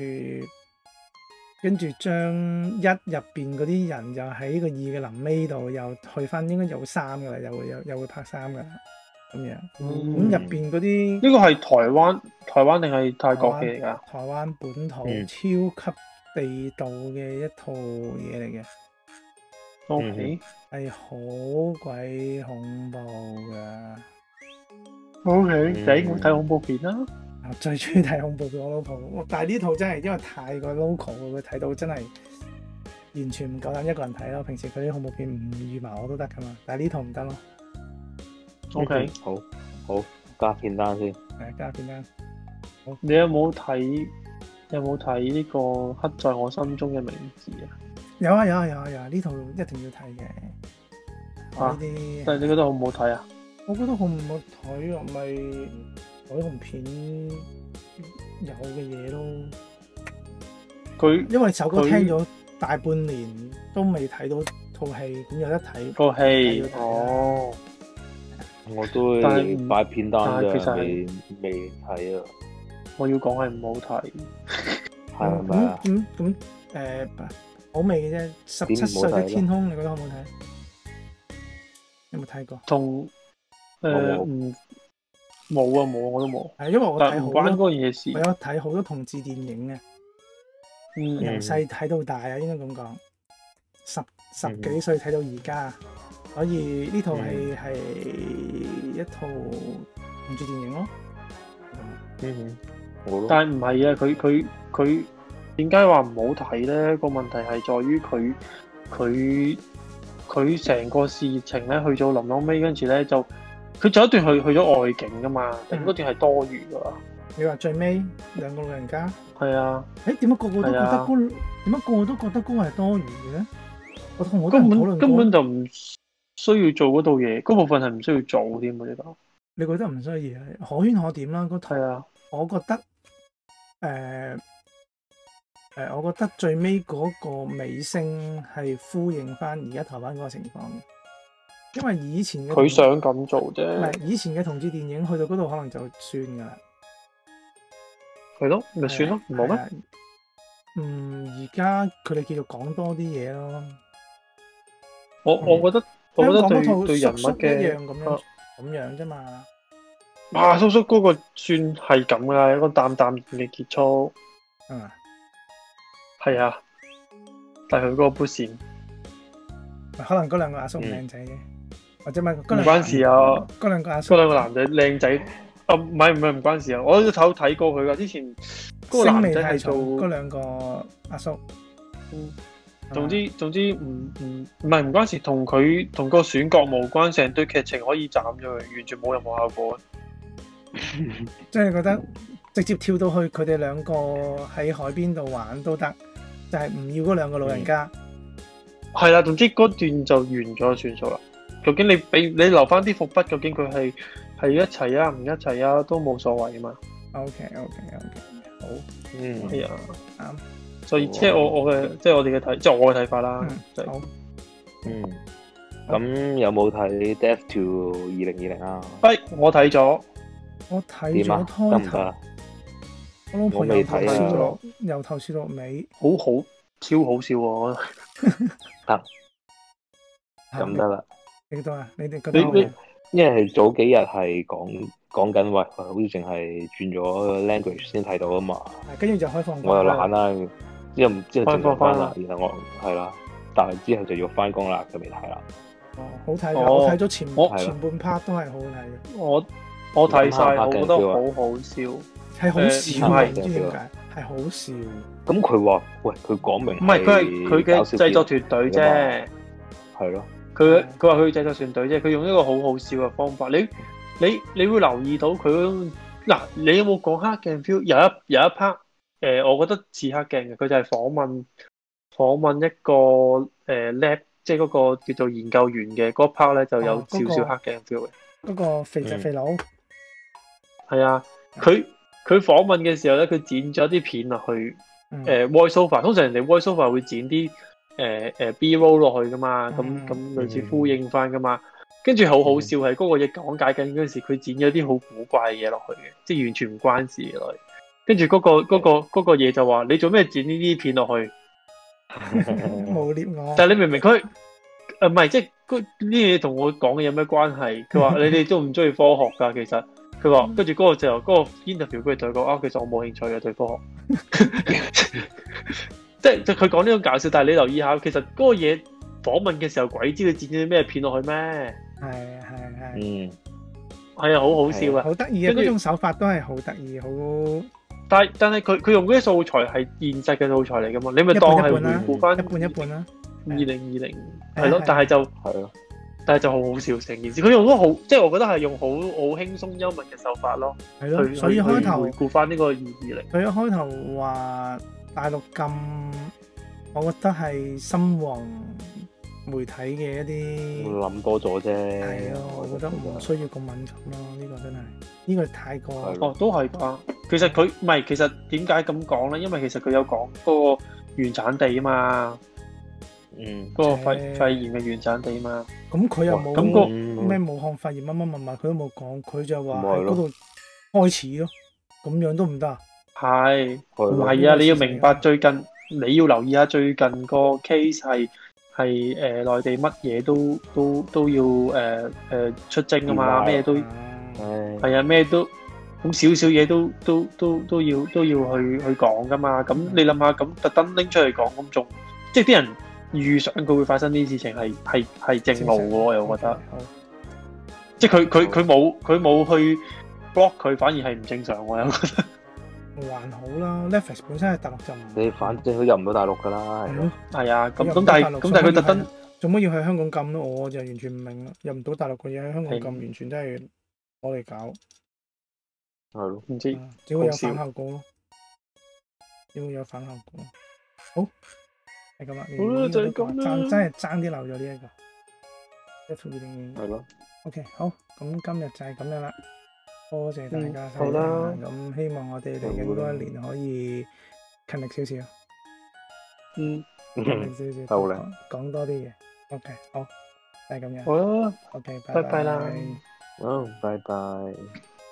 跟住將一入邊嗰啲人又喺個二嘅臨尾度又去翻，應該有三噶啦，又會又又會拍三噶啦，咁樣。咁嗯入邊嗰啲呢個係台灣、台灣定係泰國嘅嚟㗎？台灣本土嗯超級地道嘅一套嘢嚟嘅。 O 嗯 K，係好鬼恐怖噶， O K，嗯睇冇睇恐怖片啦。我啊最中意睇恐怖片我老婆，哇但係呢套真係因為太過 local，佢睇到真係完全唔夠膽一個人睇咯。平時佢啲恐怖片唔預埋我都得噶嘛，但係呢套唔得咯。 O K， 好好加片單先。誒，加片單你有冇睇？你有冇睇呢個《刻在我心中嘅名字》啊？有啊有啊有啊有啊，呢套一定要睇嘅。我呢啊啲但係你覺得好唔好睇啊？我覺得好唔好睇啊？咪海紅片有嘅嘢咯。佢因為首歌佢聽咗大半年都未睇到套戲，咁有得睇。個戲係要睇啊哦，我都但係唔擺片單但係其實啫，係未未睇啊，我要講係唔好睇。嗯係咪啊？嗯咁咁嗯誒，好味嘅啫。十七歲啊的天空，你覺得好唔好睇？有冇睇過？同我誒冇唔冇啊冇啊我都冇，係因為我但睇係唔好關多，嗰樣嘢我事。有睇好多同志電影嘅，由嗯，細睇到大啊，應該咁講。十嗯十幾歲睇到而家，所以呢套戲係一套同志電影咯。嗯，我咯，但係唔係啊？佢佢佢點解話唔好睇咧？個問題係在於佢佢佢成個事情咧去到臨臨尾，跟住咧就佢仲有一段去去咗外景噶嘛，定嗯嗰段係多餘噶嘛。你話最尾兩個老人家。係啊，誒點解個個都覺係得啊高？點解個個都覺得高係多餘嘅咧？我同好多人根討論過本根本就唔需要做嗰套嘢，嗰部分係唔需要做添嘅呢度。你覺得唔需要，可圈可點啦。嗰套係啊，我覺得誒誒、呃呃我覺得最尾嗰個尾聲係呼應翻而家台灣嗰個情況嘅，因為以前嘅佢同想咁做啫，唔係以前嘅同志電影去到嗰度可能就算㗎啦，係咯，咪算係咯，啊冇咩係？啊嗯，而家佢哋繼續講多啲嘢咯，我我覺得，我覺嗯香得港嗰套對對人物叔叔一嘅樣咁樣啊咁樣啫嘛。啊，叔叔嗰個算係咁噶啦，一個淡淡然嘅結束，係嘛？係啊。但係佢嗰個 b 線可能嗰兩個阿叔唔靚仔啫，或者咪嗰嗯唔兩關事啊，嗰兩個阿叔嗰兩個男仔靚仔，啊唔係唔係唔關事啊，我都睇睇過佢噶，之前嗰個星男味仔太係重，嗰做，兩個阿叔。嗯係嘛總之總之唔唔唔係唔關事，同佢同個選角無關，成堆劇情可以斬咗佢，完全冇任何效果。即係覺得直接跳到去佢哋兩個喺海邊度玩都得，就係唔要嗰兩個老人家。係啦，總之嗰段就完咗算數啦。究竟你俾你留翻啲伏筆，究竟佢係係一齊啊，唔一齊啊，都冇所謂啊嘛。 O K O K O K，好嗯係啊，啱所以即係我我嘅即係我哋嘅睇，即係我嘅睇法啦嗯。就係好。嗯，咁有冇睇《Death to 二零二零》啊？哎，我睇咗，我睇點咗啊？得唔開得頭啊？，我老婆我未由頭睇啊笑落由頭笑到尾。好好超好笑喎！我覺咁得啦，你覺得啊？你哋覺你得好嘅因為早幾日係講講緊，喂，好似淨係轉咗 language 先睇到啊嘛。跟住就開放我又啦。懶啦，之後之後翻正常翻翻啦啦，然後我係啦，但係之後就要翻工啦，就未睇啦。哦好睇㗎，哦我睇咗前我前半 part 都係好睇嘅。得我我睇晒，我覺得有好冇好笑。係好笑啊，唔誒唔係知點解係好笑。咁佢話：喂，佢講明唔係佢係佢嘅搞笑片製作團隊啫。係咯，佢佢話佢製作團隊啫，佢用一個好好笑嘅方法。你你你會留意到佢嗰種嗱，你有冇講黑鏡 feel？有一有一 part 誒、呃我覺得似黑鏡嘅，佢就係訪問訪問一個诶 lab，即係嗰個叫做研究員嘅嗰 part 咧，就有哦少嗰個少黑鏡 feel 嘅。嗰個肥仔嗯肥佬，係啊，佢佢訪問嘅時候咧，佢剪咗啲片落去嗯诶 voiceover，通常人哋 voiceover 會剪啲诶诶 B roll 落去噶嘛，咁嗯咁類似嗯呼應翻噶嘛。跟住好好嗯笑係嗰個嘢講解緊嗰陣時，佢剪咗啲好古怪嘅嘢落去嘅，即係完全唔關事嘅落去。跟住嗰個嗰、個嗯嗰、個嘢就話：你做咩剪呢啲片落去？冇獵我，但係你明唔明佢呃誒唔係即係嗰呢啲嘢同我講嘅有咩關係？佢話你哋中唔中意科學㗎？其實佢話嗯跟住嗰個就嗰、個 interview 跟住對佢講啊，其實我冇興趣嘅對科學， 即係即係佢講呢種搞笑。但係你留意下，其實嗰個嘢訪問嘅時候，鬼知佢剪咗啲咩片落去咩？係係係。嗯，係啊，好好笑啊！好得意啊！跟住嗰種手法都係好得意，好一但係但係佢佢用嗰啲素材係現實嘅素材嚟㗎嘛，你咪當係一回半啦顧翻半一半啦。二零二零係啊係咯係，但係就。係咯，但係就好好笑成件事，佢用咗好，即係我覺得係用好好輕鬆幽默嘅手法咯，係去咯，所以去開去頭回顧翻呢個意義嚟。佢一開頭話大陸咁，我覺得係深黃媒體嘅一啲我諗多咗啫。係咯，啊我覺得唔需要咁敏感咯。呢個真係呢個太過係咯哦，都係㗎。其實佢唔係，其實點解咁講咧？因為其實佢有講嗰個原產地啊嘛，嗯，嗰、個肺誒肺炎嘅原產地嘛。咁，佢又哇嗯冇咁個咩武漢肺炎乜乜乜乜，佢都冇講，佢就話喺咪係咯嗰度開始咯。咁樣都唔得啊！係，係唔咯係啊？你要明白最近，你要留意下最近個 case 係係誒內地乜嘢都都都要誒誒、呃出征啊要嘛，買咩都。啊唉係啊，咩都咁少少嘢都都都都要都要去去講噶嘛。咁你諗下，咁特登拎出嚟講，咁仲即係啲人預想佢會發生呢啲事情係係係正路嘅喎，我又覺得。好即係佢佢佢冇佢冇去 block 佢，反而係唔正常喎。我又覺還好啦，Netflix 本身喺大陸就唔你反正都入唔到大陸㗎啦，係係咯咯，。得係啊，咁入咁唔到但大係陸咁但係佢特啊所以登係做乜要喺香港禁咯？我就完全唔明啦，入唔到大陸嘅嘢喺香港係禁，完全真係我嚟搞，係咯，唔知只會有好笑反效果咯，只會有反效果。好，係咁啦，好啦就係咁啦爭真係爭啲漏咗呢一個。一副二零二係咯， ，OK，好，咁今日就係咁樣啦，多謝大家收嗯好聽啦啦，咁希望我哋嚟緊嗰一年可以勤力少少，嗯 Ừ. 勤 力少少，好啦講講多啲嘢，OK，好，就係咁樣好啦。 ，OK，拜拜啦拜好，拜拜。